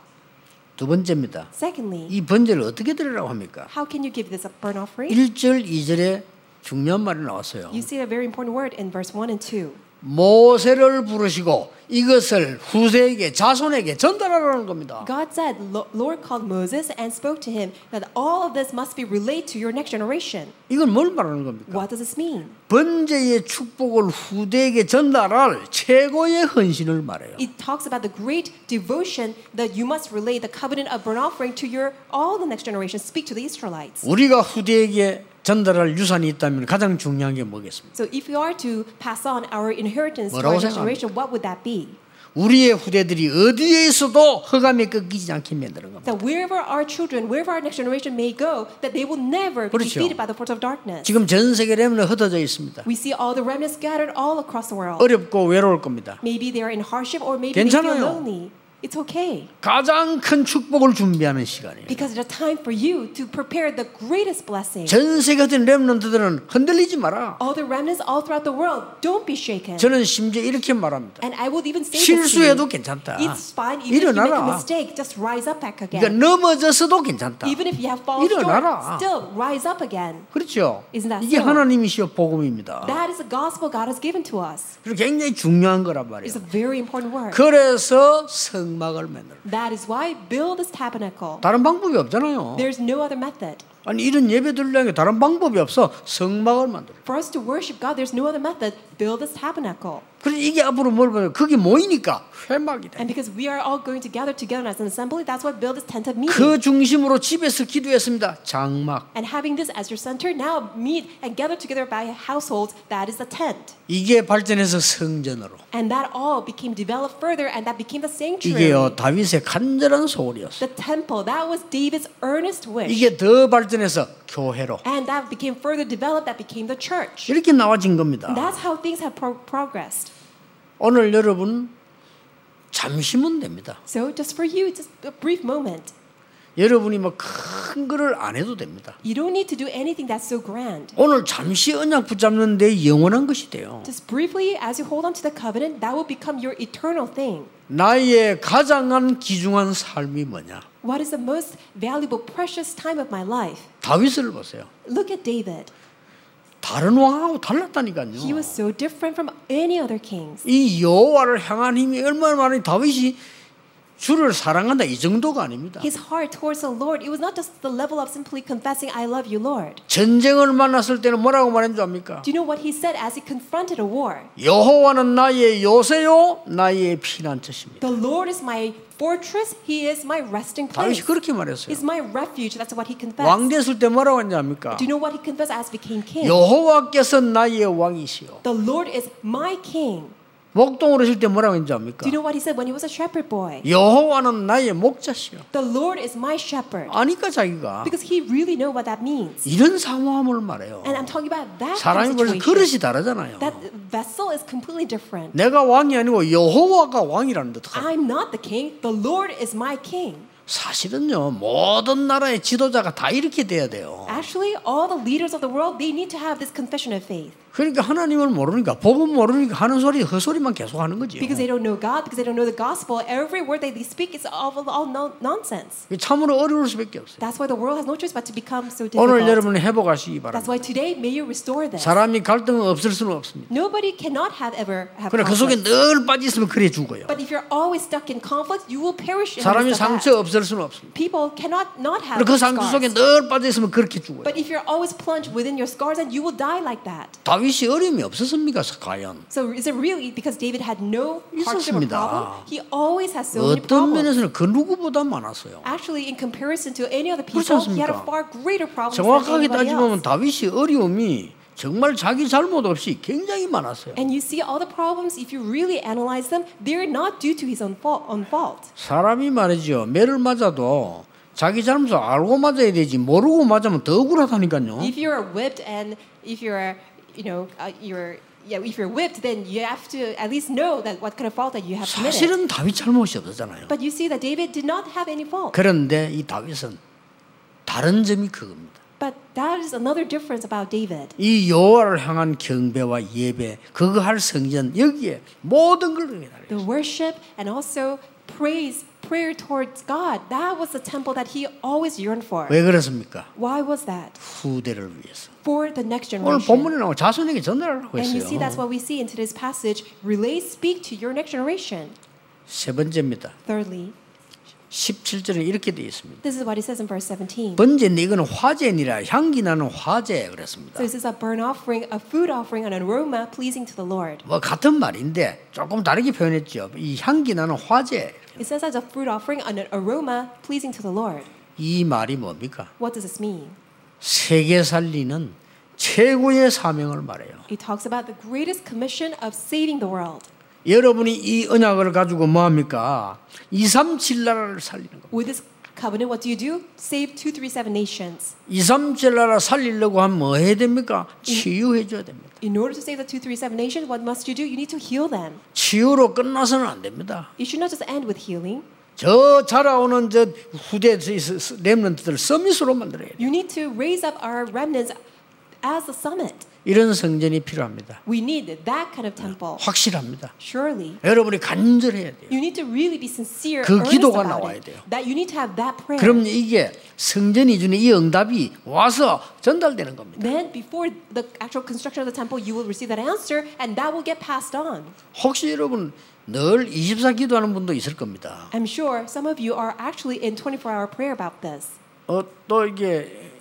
A: 두 번째입니다.
B: Secondly,
A: 이 번제를 어떻게 드리라고 합니까?
B: how can you give this a burnt offering?
A: 1절, 2절에 중요한 말이 나왔어요.
B: You see a very important word in verse 1 and 2.
A: 모세를 부르시고 이것을 후세에게 자손에게 전달하라는 겁니다.
B: God said, "Lo- Lord called Moses and spoke to him that all of this must be relayed to your next generation.
A: 이건 뭘 말하는 겁니까?
B: What does this mean?
A: 번제의 축복을 후대에게 전달할 최고의 헌신을 말해요.
B: It talks about the great devotion that you must relay the covenant of burnt offering to your all the next generation. Speak to the Israelites.
A: 우리가 후대에게 전달할 유산이 있다면 가장 중요한 게 뭐겠습니까?
B: So if you are to pass on our inheritance to
A: 뭐라고
B: our next generation, what would that be?
A: 우리의 후대들이 어디에 있어도 허감에 꺾이지 않게 만드는 겁니다.
B: That wherever our children, wherever our next generation may go, that they will never be
A: 그렇죠.
B: defeated by the force of darkness.
A: 지금 전 세계 레몬에 흩어져 있습니다.
B: We see all the remnants scattered all across the world.
A: 어렵고 외로울 겁니다.
B: Maybe they are in hardship or maybe they feel
A: 괜찮아요.
B: lonely. It's okay.
A: 가장 큰 축복을 준비하는 시간이에요.
B: Because it's a time for you to prepare the greatest blessing.
A: 전 세계 흩어진 레몬들은 흔들리지 마라.
B: All the remnants all throughout the world, don't be shaken.
A: 저는 심지어 이렇게 말합니다.
B: And I will even say this to
A: 실수해도
B: you.
A: 괜찮다.
B: It's fine even if you make a
A: 일어나라.
B: mistake, just rise up back
A: 그러니까
B: again.
A: 넘어졌어도 괜찮다.
B: Even if you have fallen
A: 일어나라.
B: short, still rise up again.
A: 그렇죠.
B: Isn't that
A: 이게
B: so?
A: 하나님이시여 복음입니다.
B: That is the gospel God has given to us.
A: 그리고 굉장히 중요한 거란 말이에요.
B: It's a very important word.
A: 그래서 성막을 만들어.
B: That is why build this tabernacle.
A: 다른 방법이 없잖아요.
B: There's no other method.
A: 아니 이런 예배 드리려는 게 다른 방법이 없어. 성막을 만들어.
B: For us to worship God, there's no other method. Build this tabernacle.
A: 그래서 이게 앞으로 뭘 보면 그게 모이니까 회막이다.
B: And because we are all going to gather together as an assembly, that's why build this tent of meeting.
A: 그 중심으로 집에서 기도했습니다. 장막.
B: And having this as your center, now meet and gather together by households, that is the tent.
A: 이게 발전해서 성전으로.
B: And that all became developed further, and that became the sanctuary.
A: 이게요 다윗의 간절한 소원이었어.
B: The temple, that was David's earnest wish.
A: 이게 더 발전해서 교회로.
B: And that became further developed, that became the church.
A: 이렇게 나와진 겁니다.
B: And that's how things have pro- progressed.
A: 오늘 여러분 잠시면 됩니다.
B: So, just for you, just a brief moment.
A: 여러분이 뭐 큰 거를 안 해도 됩니다.
B: You don't need to do anything that's so grand.
A: 오늘 잠시 언약 붙잡는데 영원한 것이 돼요.
B: Just briefly, as you hold on to the covenant, that will become your eternal thing.
A: 나의 가장한 기중한 삶이 뭐냐?
B: What is the most valuable, precious time of my life?
A: 다윗을 보세요.
B: Look at David.
A: 다른 왕하고 달랐다니까요.
B: He was so different from any other kings.
A: 이 여호와를 향한 힘이 얼마나 많이 다윗이 주를 사랑한다 이 정도가 아닙니다.
B: His heart towards the Lord, it was not just the level of simply confessing, I love you, Lord.
A: 전쟁을 만났을 때는 뭐라고 말했는 줄 압니까?
B: Do you know what he said as he confronted a war?
A: 여호와는 나의 요새요 나의 피난처십니다.
B: The Lord is my fortress, he is my resting
A: 다윗이
B: place.
A: 그렇게 말했어요.
B: Is my refuge. That's what he
A: 왕
B: confessed.
A: 됐을 때 뭐라고 했는지 압니까?
B: Do you know what he confessed as became king?
A: 여호와께서 나의 왕이시요.
B: The Lord is my king.
A: 목동으로 있을 때 뭐라고 했는지 압니까?
B: Do you know what he said when he was a shepherd boy?
A: 여호와는 나의 목자시요.
B: The Lord is my shepherd.
A: 아니까 자기가
B: Because he really know what that means.
A: 이런 사모함을 말해요.
B: And I'm talking about that kind
A: 사람이
B: of
A: 벌써
B: situation.
A: 그릇이 다르잖아요.
B: That vessel is completely different.
A: 내가 왕이 아니고 여호와가 왕이라는 듯. 하죠.
B: I'm not the king. The Lord is my king.
A: 사실은요 모든 나라의 지도자가 다 이렇게 돼야 돼요.
B: Actually, all the leaders of the world, they need to have this confession of faith.
A: 그러니까 하나님을 모르니까 복음 모르니까 하는 소리 그 헛소리만 계속 하는 거지.
B: Because they don't know God, because they don't know the gospel, every word that they speak is all, all no, nonsense.
A: 참으로 어려울 수밖에 없어요.
B: That's why the world has no choice but to become so
A: 오늘
B: difficult.
A: 여러분 회복하시기
B: That's
A: 바랍니다.
B: why today may you restore them.
A: 사람이 갈등은 없을 수는 없습니다.
B: Nobody cannot have ever have
A: 그러나 그 속에
B: conflict.
A: 늘 빠져 있으면 그래 죽어요.
B: But if you're always stuck in conflict, you will perish. In
A: 사람이
B: the midst of that.
A: 상처 없을 수는 없습니다.
B: People cannot not have
A: 그리고 그 상처 속에
B: scars.
A: 늘 빠져 있으면 그렇게 죽어요.
B: But if you're always plunged within your scars, then you will die like that.
A: 다윗이 어려움이 없었습니까? 과연
B: So is it really because David had no hardship or
A: 있었습니다.
B: problem? He always has so many
A: 어떤
B: problems.
A: 면에서는 아, 그 누구보다 많았어요.
B: Actually, in comparison to any other
A: 그렇지
B: people, he had a
A: 않습니까?
B: far greater problem than
A: 정확하게
B: anybody
A: 따지면
B: else.
A: 다윗이 어려움이 정말 자기 잘못 없이 굉장히 많았어요.
B: And you see all the problems, if you really analyze them, they're not due to his own fault. Own fault.
A: 사람이 말이죠. 매를 맞아도 자기 잘못을 알고 맞아야 되지 모르고 맞으면 더 억울하다니까요.
B: If you are whipped and if you're, you know, uh, you're, yeah, if you're whipped, then you have to at least know that what kind of fault that you have committed.
A: 사실은 다윗 잘못이 없었잖아요.
B: But you see that David did not have any fault.
A: 그런데 이 다윗은 다른 점이 그겁니다.
B: But that is another difference about David.
A: 이 여호와를 향한 경배와 예배, 그거 할 성전 여기에 모든 걸 의미하는
B: The worship and also praise, prayer towards God, that was the temple that he always yearned for.
A: 왜 그렇습니까?
B: Why was that?
A: 후대를 위해서.
B: For the next
A: 오늘
B: generation.
A: 본문에 나오고 자손에게 전달하라고
B: And you 네. see, that's
A: 했어요.
B: what we see in today's passage. Relay, speak to your next generation.
A: 세 번째입니다.
B: Thirdly,
A: 17절에 이렇게 되어 있습니다.
B: this is what he says in verse 17.
A: 번제는 이거는 화제니라 향기 나는 화제 그랬습니다.
B: So this is a burnt offering, a food offering, an aroma pleasing to the Lord.
A: 뭐 같은 말인데 조금 다르게 표현했죠. 이 향기 나는 화제
B: It says as a fruit offering, an aroma pleasing to the Lord.
A: 이 말이 뭡니까?
B: What does this mean?
A: 세계 살리는 최고의 사명을 말해요.
B: It talks about the greatest commission of saving the world.
A: 여러분이 이 언약을 가지고 뭐 합니까? 2, 3, 7 나라를 살리는 겁니다.
B: With this covenant, what do you do? Save 237 nations.
A: 2, 3, 7 나라 살리려고 하면 뭐 해야 됩니까? 치유해 줘야 됩니다.
B: In order to save the 237 nations, what must you do? You need to heal them.
A: 치유로 끝나서는 안 됩니다.
B: It should not just end with healing.
A: 저 자라오는 저 후대 렘런트들 서밋으로 만들어야 돼요.
B: You need to raise up our remnants as a summit.
A: 이런 성전이 필요합니다.
B: We need that kind of temple.
A: 확실합니다.
B: Surely.
A: 여러분이 간절해야 돼요.
B: You need to really be sincere,
A: 그
B: earnest
A: 기도가
B: about
A: 나와야
B: it.
A: 돼요.
B: That you need to have that prayer.
A: 그럼 이게 성전이 주는 이 응답이 와서 전달되는 겁니다.
B: Then, before the actual construction of the temple, you will receive that answer, and that will get passed on.
A: 혹시 여러분 늘 24 기도하는 분도 있을 겁니다.
B: I'm sure some of you are actually in 24-hour prayer about this.
A: 어, 또 이게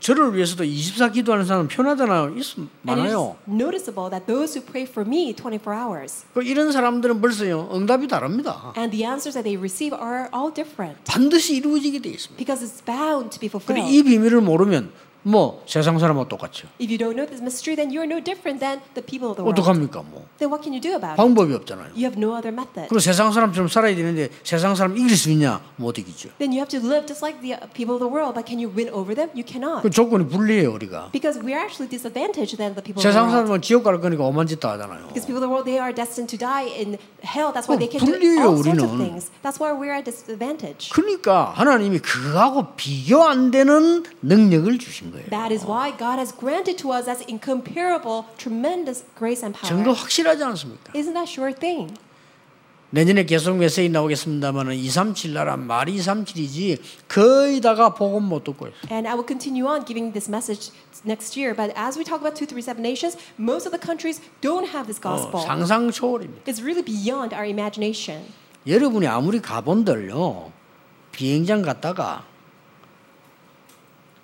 A: 저를 위해서도 24 기도하는 사람 편하잖아요. 네, 있,
B: And it
A: 많아요.
B: is noticeable that those who pray for me 24 hours
A: 그 이런 사람들은 벌써요 응답이 다릅니다.
B: and the answers that they receive are all different
A: 반드시 이루어지게 돼 있습니다.
B: because it's bound to be
A: 그리고 이
B: fulfilled.
A: 비밀을 모르면 뭐 세상 사람하고 똑같죠.
B: If you don't know this mystery, then you're no different than the people of the world.
A: 어떡합니까 뭐
B: Then what can you do about it?
A: 방법이 없잖아요.
B: You have no other method.
A: 그리고 세상 사람처럼 살아야 되는데 세상 사람 이길 수 있냐 못 이기죠.
B: Then you have to live just like the uh, people of the world, but can you win over them? You cannot.
A: 그 조건이 불리해요 우리가.
B: Because we're actually disadvantaged than the people of the
A: 세상
B: world.
A: 사람은 지옥 갈 거니까 오만 짓 다 하잖아요.
B: Because people of the world, they are destined to die in hell. That's why
A: 어,
B: they can do
A: 불리해요,
B: all sorts of
A: 우리는.
B: things. That's why we're at disadvantage.
A: 그러니까 하나님이 그하고 비교 안 되는 능력을 주신 거예요.
B: That is why God has granted to us as incomparable, tremendous grace and
A: 증거
B: power.
A: 확실하지 않습니까?
B: Isn't that sure thing?
A: 내년에 계속 메시지 나오겠습니다만 237 나라 말이 237이지 거의 다가 복음 못 듣고 있어요.
B: And I will continue on giving this message next year. But as we talk about 237 nations, most of the countries don't have this
A: 어,
B: gospel.
A: 상상 초월입니다.
B: It's really beyond our imagination.
A: 여러분이 아무리 가본들요 비행장 갔다가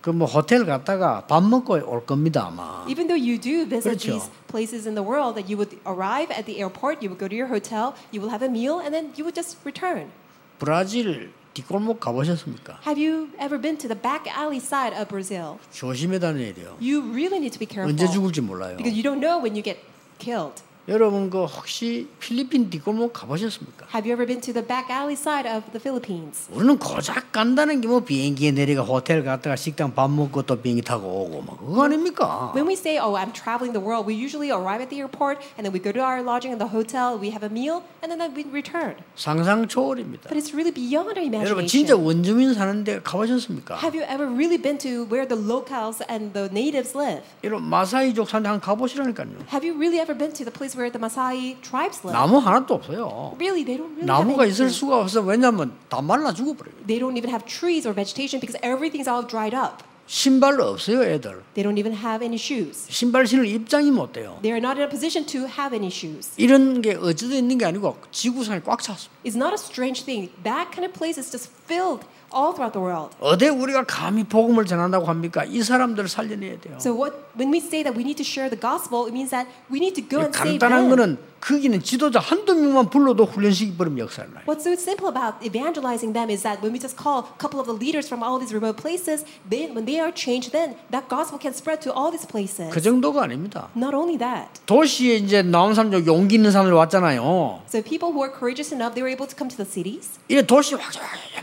A: 그 뭐 호텔 갔다가 밥 먹고 올 겁니다 아마.
B: Even though you do visit
A: 그렇죠.
B: these places in the world, that you would arrive at the airport, you would go to your hotel, you will have a meal, and then you would just return.
A: 브라질 뒷골목 가보셨습니까?
B: Have you ever been to the back alley side of Brazil?
A: 조심해 다녀야 돼요.
B: You really need to be careful
A: 언제 죽을지 몰라요.
B: because you don't know when you get killed.
A: 여러분 그 혹시 필리핀 뒷골목 가보셨습니까?
B: Have you ever been to the back alley side of the Philippines?
A: 우리는 고작 간다는 게 뭐 비행기에 내리가 호텔 갔다가 식당 밥 먹고 또 비행기 타고 오고 막 그거 아닙니까?
B: When we say, "Oh, I'm traveling the world," we usually arrive at the airport and then we go to our lodging in the hotel, we have a meal, and then we return.
A: 상상 초월입니다.
B: But it's really beyond our
A: 여러분 진짜
B: imagination.
A: 원주민 사는 데 가보셨습니까?
B: Have you ever really been to where the locals and the natives live?
A: 이런 마사이족 사는 데 한번 가보시라니까요.
B: Have you really ever been to the place where the Maasai tribes live?
A: 나무 하나도 없어요.
B: Really, they don't really have
A: 나무가 있을
B: anything.
A: 수가 없어. 왜냐면 다 말라 죽어버려요.
B: They don't even have trees or vegetation because everything's all dried up.
A: 신발도 없어요, 애들.
B: They don't even have any shoes.
A: 신발 신을 입장이 못 돼요.
B: They are not in a position to have any shoes.
A: 이런 게 어찌된 있는 게 아니고 지구상에 꽉 찼습니다.
B: It's not a strange thing. That kind of place is just filled all throughout the world.
A: 어디 우리가 감히 복음을 전한다고 합니까? 이 사람들을 살려내야 돼요.
B: So what, when we say that we need to share the gospel, it means that we need to go and save
A: 간단한
B: them.
A: 거는 거기는 지도자 한두 명만 불러도 훈련시키 버리면 역사를 나요.
B: What's so simple about evangelizing them is that when we just call a couple of the leaders from all these remote places, they, when they are changed, then that gospel can spread to all these places.
A: 그 정도가 아닙니다.
B: Not only that,
A: 도시에 이제 나온 사람들 용기 있는 사람들 왔잖아요.
B: so people who are courageous enough, they were able to come to the cities,
A: 이래 도시 확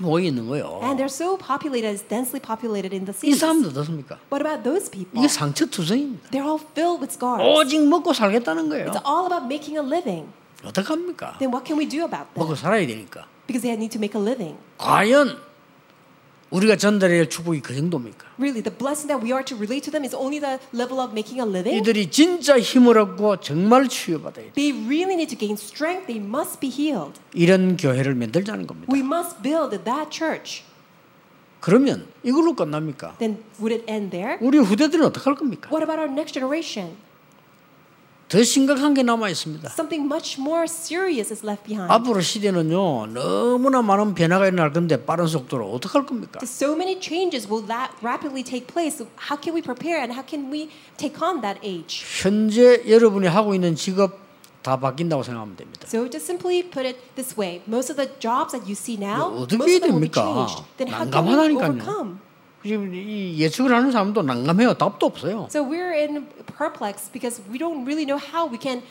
A: 모여 있는 거예요.
B: and they're so populated, as densely populated in the
A: 이
B: cities.
A: 사람들 어떻습니까?
B: What about those
A: 이게
B: people?
A: 상처 투성입니다.
B: They're all filled with scars.
A: 오직 먹고 살겠다는 거예요.
B: It's all about making a living.
A: 어떡합니까?
B: Then what can we do about that?
A: 먹고 살아야 되니까.
B: Because they need to make a living.
A: 과연 우리가 전달해야 할 축복이 그 정도입니까?
B: Really, the blessing that we are to relate to them is only the level of making a living.
A: 이들이 진짜 힘을 얻고 정말 치유받아야 돼.
B: They really need to gain strength. They must be healed.
A: 이런 교회를 만들자는 겁니다.
B: We must build that church.
A: 그러면 이걸로 끝납니까?
B: Then would it end there?
A: 우리 후대들은 어떻게 할 겁니까?
B: What about our next generation?
A: 더 심각한 게 남아 있습니다.
B: Something much more serious is left behind.
A: 앞으로 시대는요 너무나 많은 변화가 일어날 건데 빠른 속도로 어떻게 할 겁니까?
B: So many changes will that rapidly take place. How can we prepare and how can we take on that age?
A: 현재 여러분이 하고 있는 직업 다 바뀐다고 생각하면 됩니다.
B: So just simply put it this way: most of the jobs that you see now,
A: 네,
B: most
A: 어떻게
B: of
A: 해야
B: them will be
A: 됩니까?
B: changed. Then how can we
A: 난감하다니까요.
B: overcome?
A: 지금 이 예측을 하는 사람도 난감해요. 답도 없어요.
B: So we're in perplex because we don't really know how we can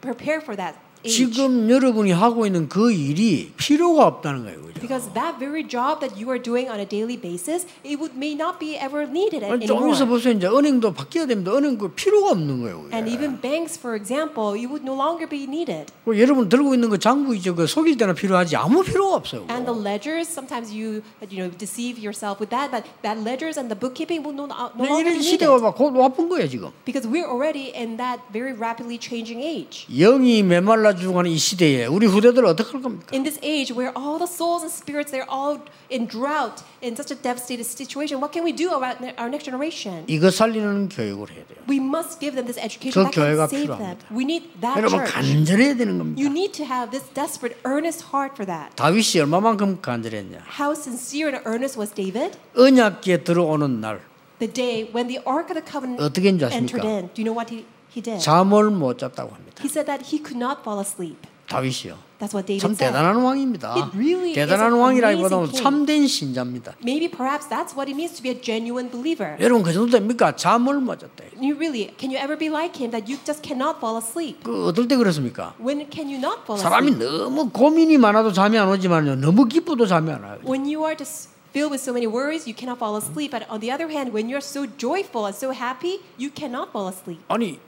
B: prepare for that age.
A: 지금 여러분이 하고 있는 그 일이 필요가 없다는 거예요. 그죠?
B: Because that very job that you are doing on a daily basis, it would may not be ever needed
A: 아니, 좀 있어
B: 네, anymore.
A: 보세요. 이제 은행도 바뀌어야 됩니다. 은행 그 필요가 없는 거예요. 그게.
B: And even banks, for example, it would no longer be needed.
A: 그 여러분 들고 있는 그 장부이죠. 그 속일 때나 필요하지 아무 필요가 없어요. 그거.
B: And the ledgers, sometimes you you know deceive yourself with that, but that ledgers and the bookkeeping will no, no
A: 근데
B: longer be
A: 이런 시대가
B: needed.
A: 막 곧 와쁜 거예요 지금.
B: Because we're already in that very rapidly changing age.
A: 영이 메말라 죽어가는 이 시대에 우리 후대들 어떻게 할 겁니까?
B: In this age where all the souls and spirits they're all in drought, in such a devastated situation, what can we do about ne- our next generation?
A: 이거 살리는 교육을 해야 돼요.
B: We must give them this education
A: 그
B: that can
A: 교회가
B: save them.
A: 필요합니다.
B: We need that
A: 여러분
B: church.
A: 간절해야 되는 겁니다.
B: You need to have this desperate, earnest heart for that.
A: 다윗이 얼마만큼 간절했냐?
B: How sincere and earnest was David?
A: 언약기에 들어오는 날
B: The day when the Ark of the Covenant
A: 어떻게 했는지
B: entered
A: 아십니까?
B: in, do you know what he, he did?
A: 잠을 못 잤다고 합니다.
B: He said that he could not fall asleep.
A: 다윗이요.
B: That's what
A: 참
B: David said.
A: 대단한 왕입니다.
B: It really is
A: 대단한
B: an
A: 왕이라기보다는
B: amazing king.
A: 참된 신자입니다.
B: Maybe perhaps that's what it means to be a genuine believer.
A: 여러분 그 정도 됩니까? 잠을 못 잤대.
B: You really, can you ever be like him that you just cannot fall asleep?
A: 그 어떨 때 그렇습니까?
B: When can you not fall
A: 사람이
B: asleep?
A: 너무 고민이 많아도 잠이 안 오지만요. 너무 기쁘도 잠이 안 와요.
B: When you are just filled with so many worries, you cannot fall asleep. But on the other hand, when you're so joyful and so happy, you cannot fall asleep.
A: 아니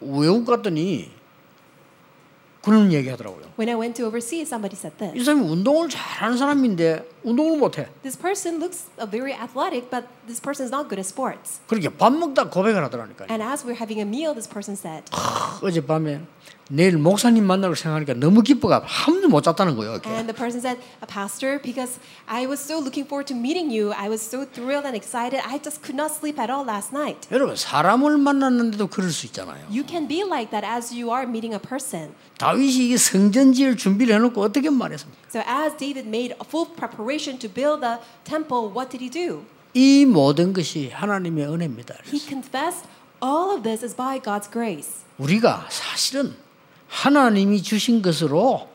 A: 외국 갔더니 그런 얘기 하더라고요.
B: When I went to overseas, somebody said
A: 이
B: this.
A: 사람이 운동을 잘하는 사람인데 운동을 못해.
B: This person looks uh, very athletic, but this person is not good at sports.
A: 그렇게 밥 먹다 고백을 하더라니까요.
B: And as we're having a meal, this person said,
A: 크, 어젯밤에 내일 목사님 만나고 생각하니까 너무 기뻐가 한도 못 잤다는 거예요. 이렇게.
B: and the person said, "Uh, Pastor, because I was so looking forward to meeting you, I was so thrilled and excited, I just could not sleep at all last night.
A: 여러분 사람을 만났는데도 그럴 수 있잖아요.
B: You can be like that as you are meeting a person.
A: 다윗이 이게 성전 지을 준비를 해놓고 어떻게 말했습니까?
B: So as David made a full preparation to build the temple, what did he do?
A: 이 모든 것이 하나님의 은혜입니다.
B: He confessed, all of this is by God's grace.
A: 우리가 사실은 하나님이 주신 것으로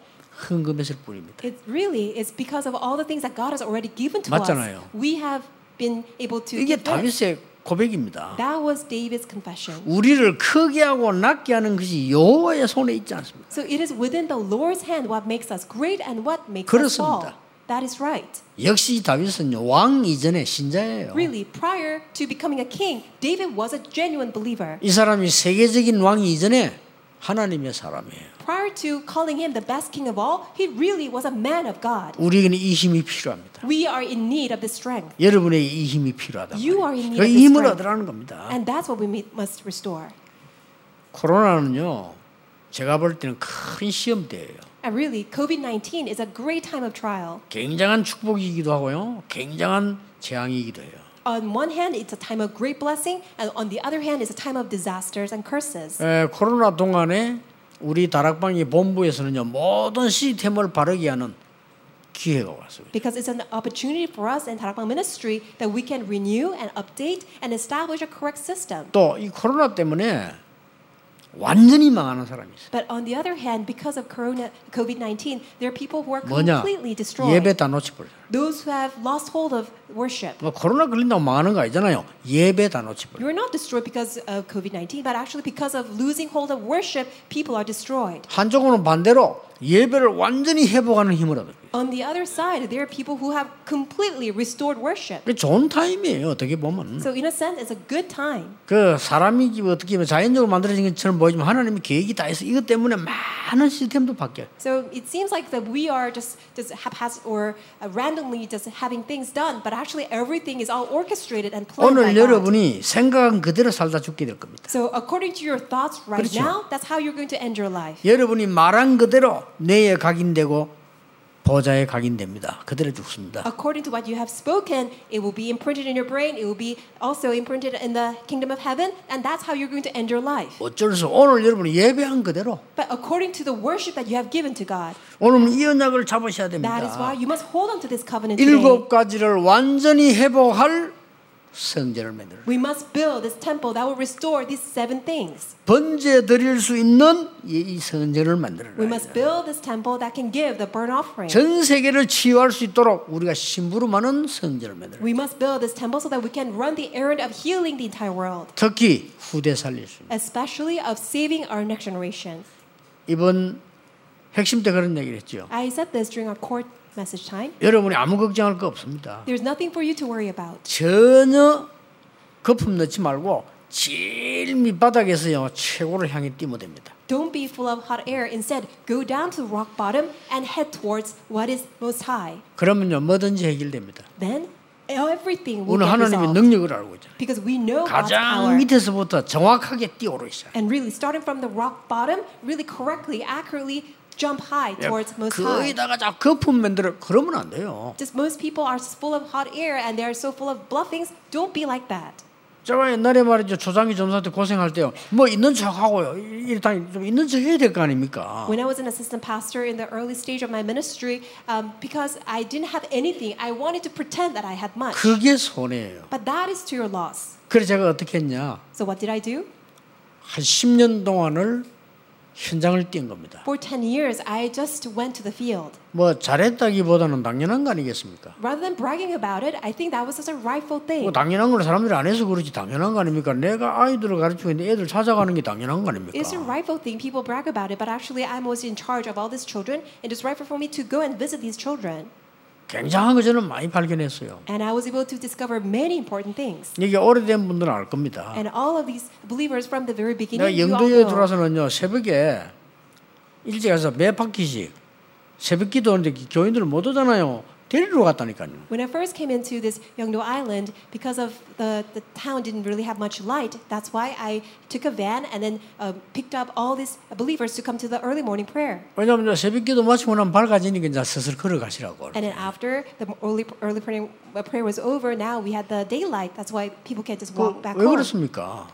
A: 헌금했을 뿐입니다.
B: It really is because of all the things that God has already given to
A: 맞잖아요.
B: us. We have been able to
A: 이게
B: give it.
A: 다윗의 고백입니다.
B: That was David's confession.
A: 우리를 크게 하고 낮게 하는 것이 여호와의 손에 있지 않습니다.
B: So it is within the Lord's hand what makes us great and what makes us
A: 그렇습니다.
B: fall. That is right.
A: 역시 다윗은 왕 이전의 신자예요.
B: Really, prior to becoming a king, David was a genuine believer.
A: 이 사람이 세계적인 왕이 이전에 하나님의 사람이에요.
B: Prior to calling him the best king of all, he really was a man of God.
A: 우리에게는 이 힘이 필요합니다.
B: We are in need of this strength,
A: 여러분에게 이 힘이 필요하다.
B: You are in need
A: 그
B: of this
A: 힘을
B: strength.
A: 얻으라는 겁니다.
B: and that's what we me- must restore.
A: 코로나는요, 제가 볼 때는 큰 시험대예요.
B: And really, COVID 19 is a great time of trial.
A: 굉장한 축복이기도 하고요, 굉장한 재앙이기도 해요.
B: On one hand, it's a time of great blessing, and on the other hand, it's a time of disasters and
A: 에,
B: curses.
A: 예, 코로나 동안에 우리 다락방의 본부에서는요, 모든 시스템을 바르게 하는 기회가 왔습니다.
B: Because it's an opportunity for us in Tarakbang Ministry that we can renew and update and establish a correct system.
A: 또 이 코로나 때문에 완전히 망하는 사람이 있어요.
B: But on the other hand, because of Corona COVID 19, there are people who are
A: 뭐냐?
B: completely destroyed.
A: 예배 다 놓치버려.
B: Those who have lost hold of worship.
A: 뭐 코로나 걸린다고 망하는 거 아니잖아요. 예배 다 놓치버려.
B: You are not destroyed because of COVID 19, but actually because of losing hold of worship, people are destroyed.
A: 한쪽으로는 반대로 예배를 완전히 회복하는 힘을 얻어요.
B: On the other side, there are people who have completely restored worship.
A: 이게 좋은 타임이에요. 어떻게 보면
B: So, in a sense, it's a good time.
A: 그 사람이 지금 어떻게 보면 자연적으로 만들어진 것처럼 보이지만 하나님의 계획이 다 있어. 이것 때문에 많은 시스템도 바뀌어요.
B: So it seems like that we are just just haphaz or uh, randomly just having things done, but actually everything is all orchestrated and planned by
A: 오늘
B: God.
A: 여러분이 생각한 그대로 살다 죽게 될 겁니다.
B: So according to your thoughts right
A: 그렇죠.
B: now, that's how you're going to end your life.
A: 여러분이 말한 그대로 뇌에 각인되고 보좌에 각인됩니다. 그대로 죽습니다.
B: According to what you have spoken, it will be imprinted in your brain. It will be also imprinted in the kingdom of heaven, and that's how you're going to end your life.
A: 어쩔 수 오늘 여러분이 예배한 그대로
B: But according to the worship that you have given to God,
A: 오늘 이 언약을 잡으셔야
B: that is why
A: 됩니다.
B: you must hold on to this covenant today.
A: 일곱 가지를 완전히 회복할 성전을 만들어
B: We must build this temple that will restore these seven things.
A: 번제 드릴 수 있는 이이 성전을
B: We
A: 만들어라.
B: must build this temple that can give the burnt offering.
A: 전 세계를 치유할 수 있도록 우리가 심부름하는 성전을 만들어라.
B: We must build this temple so that we can run the errand of healing the entire world,
A: 특히 후대 살릴 수 있는.
B: especially of saving our next generation.
A: 이번 핵심 때 그런 얘기를 했죠.
B: I said this during our court message time.
A: 여러분이 아무 걱정할 거 없습니다.
B: There's nothing for you to worry about.
A: 전혀 거품 넣지 말고 제일 밑바닥에서요 최고를 향해 뛰면 됩니다.
B: Don't be full of hot air. Instead, go down to rock bottom and head towards what is most high.
A: 그러면요 뭐든지 해결됩니다.
B: Then everything will
A: 오늘
B: get
A: 하나님의
B: resolved
A: 능력을 알고 있잖아요.
B: because we know God's
A: 가장
B: power.
A: 밑에서부터 정확하게 뛰어오르기 시작.
B: And really, starting from the rock bottom, really correctly, accurately jump high towards most high.
A: 거기다가 자 거품 만들어 그러면 안 돼요.
B: Just most people are full of hot air and they are so full of bluffings. Don't be like that.
A: 제가 옛날에 말이죠 조장기 전사한테 고생할 때요 뭐 있는 척하고요 일단 좀 있는 척 해야 될 거 아닙니까?
B: When I was an assistant pastor in the early stage of my ministry, um, because I didn't have anything, I wanted to pretend that I had much.
A: 그게 손해예요.
B: But that is to your loss.
A: 그래서 제가 어떻게 했냐
B: So what did I do?
A: 한 10년 동안을 현장을 뛴 겁니다.
B: For 10 years, I just went to the field.
A: 뭐 잘했다기보다는 당연한 거 아니겠습니까?
B: Rather than bragging about it, I think that was just a rightful
A: 뭐
B: thing.
A: 당연한 걸 사람들이 안 해서 그렇지 당연한 거 아닙니까? 내가 아이들을 가르치고 있는데 애들 찾아가는 게 당연한 거 아닙니까?
B: It's a rightful thing. People brag about it, but actually, I'm always in charge of all these children, and it's rightful for me to go and visit these children.
A: 굉장한 거 저는 많이 발견했어요.
B: And I was able to discover many important things.
A: 이게 오래된 분들은 알 겁니다.
B: And all of these believers from the very beginning,
A: 내가
B: you all
A: 영도에
B: know,
A: 들어와서는요 새벽에 일찍 가서 몇 바퀴씩 새벽 기도하는데 교인들은 못 오잖아요. 데리러 갔다니까요.
B: When I first came into this Yeongdo Island, because of the, the town didn't really have much light, that's why I took a van and then uh, picked up all these believers to come to the early morning prayer.
A: 왜냐하면 이제 새벽기도 마치고 나면 밝아지니까 이제 슬슬 걸어가시라고.
B: And then after the early early prayer, uh, prayer was over, now we had the daylight. That's why people can just walk
A: 그,
B: back
A: 왜
B: home.
A: 그렇습니까?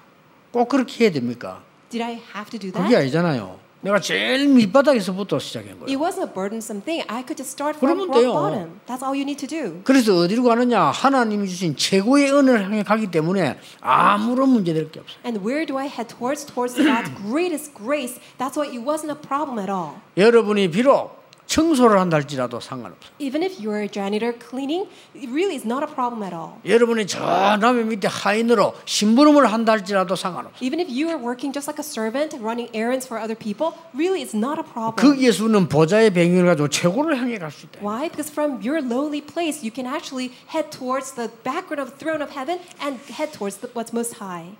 A: 꼭 그렇게 해야 됩니까?
B: Did I have to do
A: 그게
B: that?
A: 아니잖아요. 내가 제일 밑바닥에서부터 시작한
B: It
A: 거예요.
B: wasn't a burdensome thing. I could just start from
A: 그러면
B: rock
A: 돼요.
B: bottom. That's all you need to do.
A: 그래서 어디로 가느냐? 하나님이 주신 최고의 은혜를 향해 가기 때문에 아무런 문제될 게 없어요.
B: And where do I head towards? Towards God's greatest grace. That's why it wasn't a problem at all.
A: 여러분이 비록 청소를 한다 할지라도 상관없어요.
B: Even if you're a janitor cleaning, it really is not a problem at all.
A: 여러분이 저 남의 밑에 하인으로 심부름을 한다 할지라도 상관없어요.
B: Even if you are working just like a servant, running errands for other people, really it's not a problem.
A: 그 예수는 보좌의 병을 가지고 최고를 향해 갈 수 있다.
B: Why? Because from your lowly place, you can actually head towards the background of the throne of heaven and head towards the, what's most high.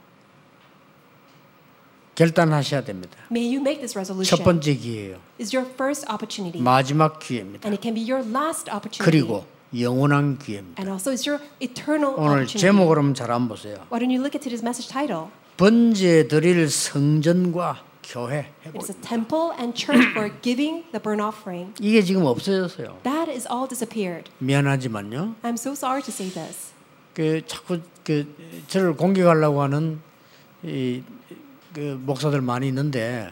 A: 결단하셔야 됩니다.
B: May you make this
A: 첫
B: resolution.
A: 번째 기회예요.
B: It's your first opportunity,
A: 마지막 기회입니다.
B: and it can be your last opportunity.
A: 그리고 영원한 기회입니다.
B: And also, it's your eternal
A: 오늘
B: opportunity.
A: 제목으로 한번 잘 한번 보세요.
B: Why don't you look at today's message title?
A: 번제 드릴 성전과 교회 회복.
B: It's a temple and church for giving the burnt offering.
A: 이게 지금 없어졌어요.
B: That is all disappeared.
A: 미안하지만요.
B: I'm so sorry to say this.
A: 그 자꾸 그 저를 공격하려고 하는 이그 목사들 많이 있는데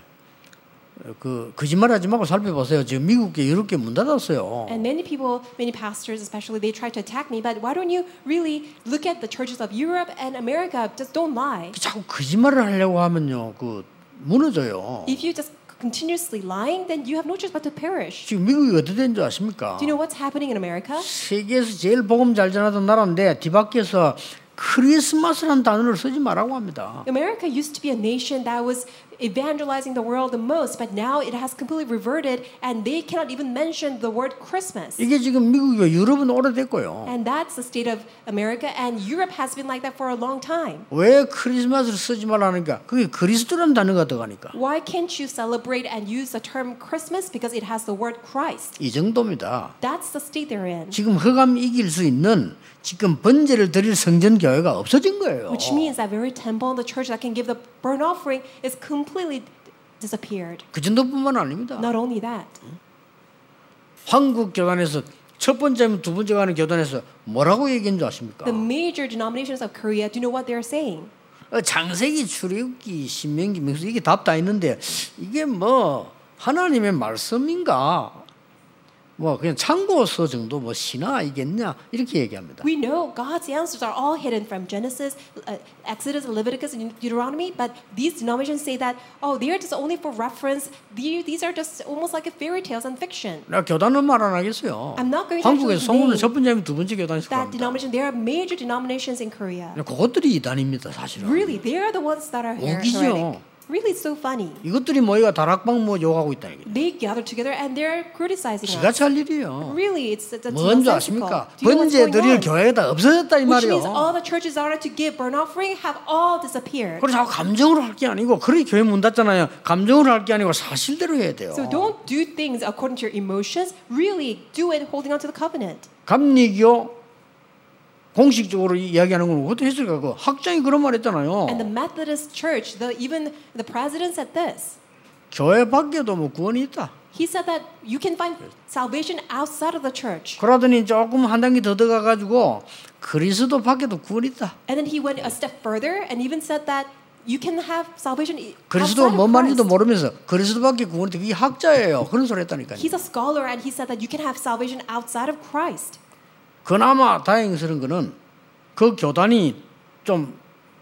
A: 그 거짓말하지 말고 살펴보세요. 지금 미국에 여러 개문 닫았어요.
B: And many people, many pastors especially, they try to attack me, but why don't you really look at the churches of Europe and America? Just don't lie.
A: 그 자꾸 거짓말을 하려고 하면요, 그 무너져요.
B: If you just continuously lying, then you have no choice but to perish.
A: 지금 미국이 어떻게 된 줄 아십니까?
B: Do you know what's happening in America?
A: 세계에서 제일 복음 잘 전하던 나라인데 뒤바뀌어서 크리스마스라는 단어를 쓰지 말라고 합니다.
B: America used to be a nation that was evangelizing the world the most, but now it has completely reverted and they cannot even mention the word Christmas.
A: 이게 지금 미국이고 유럽은 오래됐고요.
B: And that's the state of America, and Europe has been like that for a long time.
A: 왜 크리스마스를 쓰지 말라니까? 그게 그리스도라는 단어가 들어가니까.
B: Why can't you celebrate and use the term Christmas? Because it has the word Christ.
A: 이 정도입니다.
B: That's the state they're in.
A: 지금 허감 이길 수 있는 지금 번제를 드릴 성전 교회가 없어진 거예요.
B: Which means that very temple and the church that can give the burnt offering is completely disappeared.
A: 그 정도뿐만 아닙니다.
B: Not only that,
A: 한국 교단에서 첫 번째면 두 번째 가는 교단에서 뭐라고 얘기한 줄 아십니까?
B: the major denominations of Korea, do you know what they're saying?
A: 어, 장세기, 출애굽기, 신명기, 명수 이게 답 다 있는데 이게 뭐 하나님의 말씀인가? 뭐 그냥 참고서 정도 뭐 신화이겠냐 이렇게 얘기합니다.
B: We know God's answers are all hidden from Genesis, uh, Exodus, Leviticus, and Deuteronomy, but these denominations say that, oh, they are just only for reference. The- These are just almost like fairy tales and fiction.
A: 나 교단은 말 안 하겠어요.
B: I'm not going to
A: 한국에서 성문을
B: actually name
A: 첫 번째면 두 번째 교단에서
B: That
A: 합니다.
B: denomination, there are major denominations in Korea.
A: 그것들이 이단입니다, 사실은.
B: Really, they are the ones that are here.
A: 웃기죠.
B: heretic. Really, it's so funny.
A: 이것들이 모여가 다락방 뭐 욕하고 있다 이게.
B: They gather together and they're criticizing
A: 지가
B: us.
A: 찰 일이에요.
B: Really, it's it's, it's
A: 뭔지
B: nonsensical.
A: 아십니까?
B: Do you know
A: 번제
B: what's going
A: 드릴
B: on?
A: 교회가 다 없어졌다 이
B: Which means
A: 말이에요.
B: all the churches that are to give burnt offering have all disappeared.
A: 그래서 자꾸 감정으로 할 게 아니고 그래 교회 문 닫잖아요. 감정으로 할 게 아니고 사실대로 해야 돼요.
B: So don't do things according to your emotions. Really, do it holding on to the covenant.
A: 감리교 공식적으로 이야기하는 건 어떻게 했을까? 그 학장이 그런 말 했잖아요.
B: And the Methodist Church, the even the president said this.
A: 교회 밖에도 뭐 구원이 있다.
B: He said that you can find salvation outside of the church.
A: 그러더니 조금 한 단계 더 들어가 가지고 그리스도 밖에도 구원이 있다.
B: And then he went a step further and even said that you can have salvation i-
A: 그리스도가
B: outside
A: 뭔
B: of
A: 말인지도
B: Christ.
A: 모르면서 그리스도 밖에 구원이 있다. 이게 학자예요. 그런 소리 했다니까요.
B: He's a scholar and he said that you can have salvation outside of Christ.
A: 그나마 다행스러운 거는 그 교단이 좀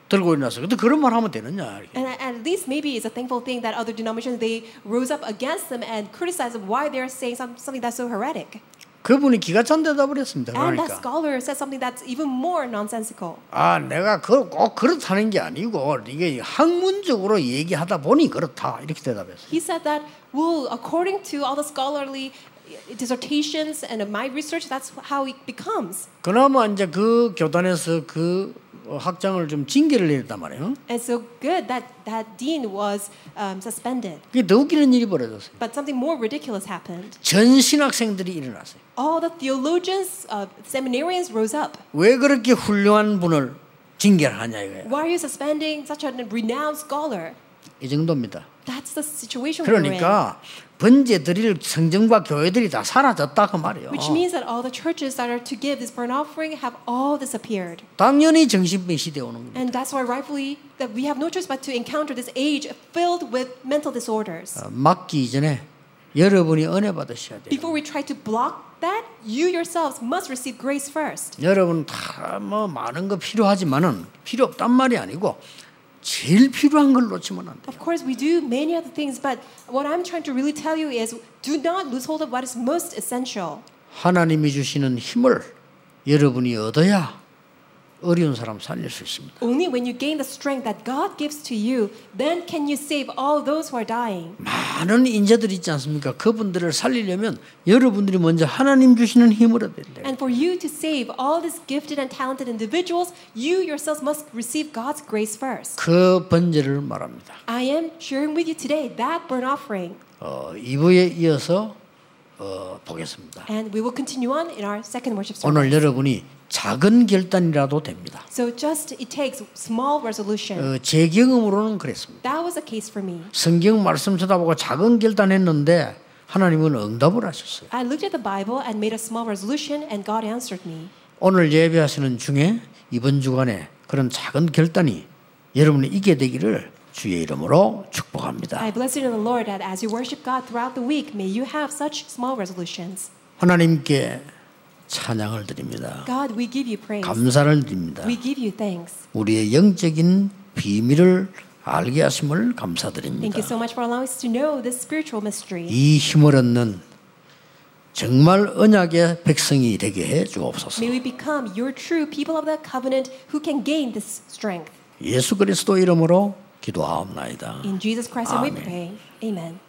A: 들고 일어나서 근데 그런 말 하면 되느냐 이렇게.
B: And a- at least maybe it's a thankful thing that other denominations they rose up against them and criticized why they're saying some, something that's so heretic.
A: 그분이 기가 찬 대답을 했습니다
B: And
A: 그러니까
B: that scholar said something that's even more nonsensical.
A: 아 내가 그, 꼭 그렇다는 게 아니고 이게 학문적으로 얘기하다 보니 그렇다 이렇게 대답했어요
B: He said that, well, according to all the scholarly dissertations and my research, that's how it becomes.
A: 그나마 이제 그 교단에서 그 어, 학장을 좀 징계를 내렸단 말이에요.
B: And so good that that dean was um, suspended.
A: 그게 더 웃기는 일이 벌어졌어요.
B: But something more ridiculous happened.
A: 전 신학생들이 일어났어요.
B: All the theologians, uh, seminarians rose up.
A: 왜 그렇게 훌륭한 분을 징계를 하냐 이거예요.
B: Why are you suspending such a renowned scholar?
A: 이 정도입니다.
B: That's the situation we're in.
A: 그러니까 번제 드릴 성전과 교회들이 다 사라졌다 그 말이에요.
B: Which means that all the churches that are to give this burnt offering have all disappeared.
A: 당연히 정신병 시대 오는 겁니다.
B: And that's why rightfully that we have no choice but to encounter this age filled with mental disorders.
A: 어, 막기 이전에 여러분이 은혜 받으셔야 돼요.
B: Before we try to block that, you yourselves must receive grace first.
A: 여러분 다 뭐 많은 거 필요하지만은 필요 없단 말이 아니고 제일 필요한 걸 놓치면 안 돼.
B: Of course, we do many other things, but what I'm trying to really tell you is do not lose hold of what is most essential.
A: 하나님이 주시는 힘을 여러분이 얻어야 어려운 사람 살릴 수 있습니다.
B: Only when you gain the strength that God gives to you, then can you save all those who are dying.
A: 많은 인재들이 있지 않습니까? 그분들을 살리려면 여러분들이 먼저 하나님 주시는 힘을 얻어야 돼요.
B: And for you to save all these gifted and talented individuals, you yourselves must receive God's grace first.
A: 그 번제를 말합니다.
B: I am sharing with you today that burnt offering,
A: 어, 2부에 이어서 어, 보겠습니다.
B: and we will continue on in our second worship service.
A: 오늘 여러분이 작은 결단이라도 됩니다.
B: So just it takes small resolution.
A: 어, 제 경험으로는 그랬습니다.
B: That was a case for me.
A: 성경 말씀 쳐다보고 작은 결단했는데 하나님은 응답을 하셨어요.
B: I looked at the Bible and made a small resolution, and God answered me.
A: 오늘 예배하시는 중에 이번 주간에 그런 작은 결단이 여러분이 있게 되기를 주의 이름으로 축복합니다.
B: I bless you in the Lord that as you worship God throughout the week, may you have such small resolutions.
A: 하나님께 찬양을 드립니다.
B: God, we give you praise.
A: 감사를 드립니다.
B: We give you thanks.
A: 우리의 영적인 비밀을 알게 하심을
B: Thank
A: 감사드립니다.
B: you so much for allowing us to know this spiritual mystery.
A: 이 힘을 얻는 정말 언약의 백성이 되게 해 주옵소서.
B: May we become your true people of the covenant who can gain this strength.
A: 예수 그리스도 이름으로 기도하옵나이다.
B: In Jesus Christ, and we
A: Amen.
B: pray. Amen.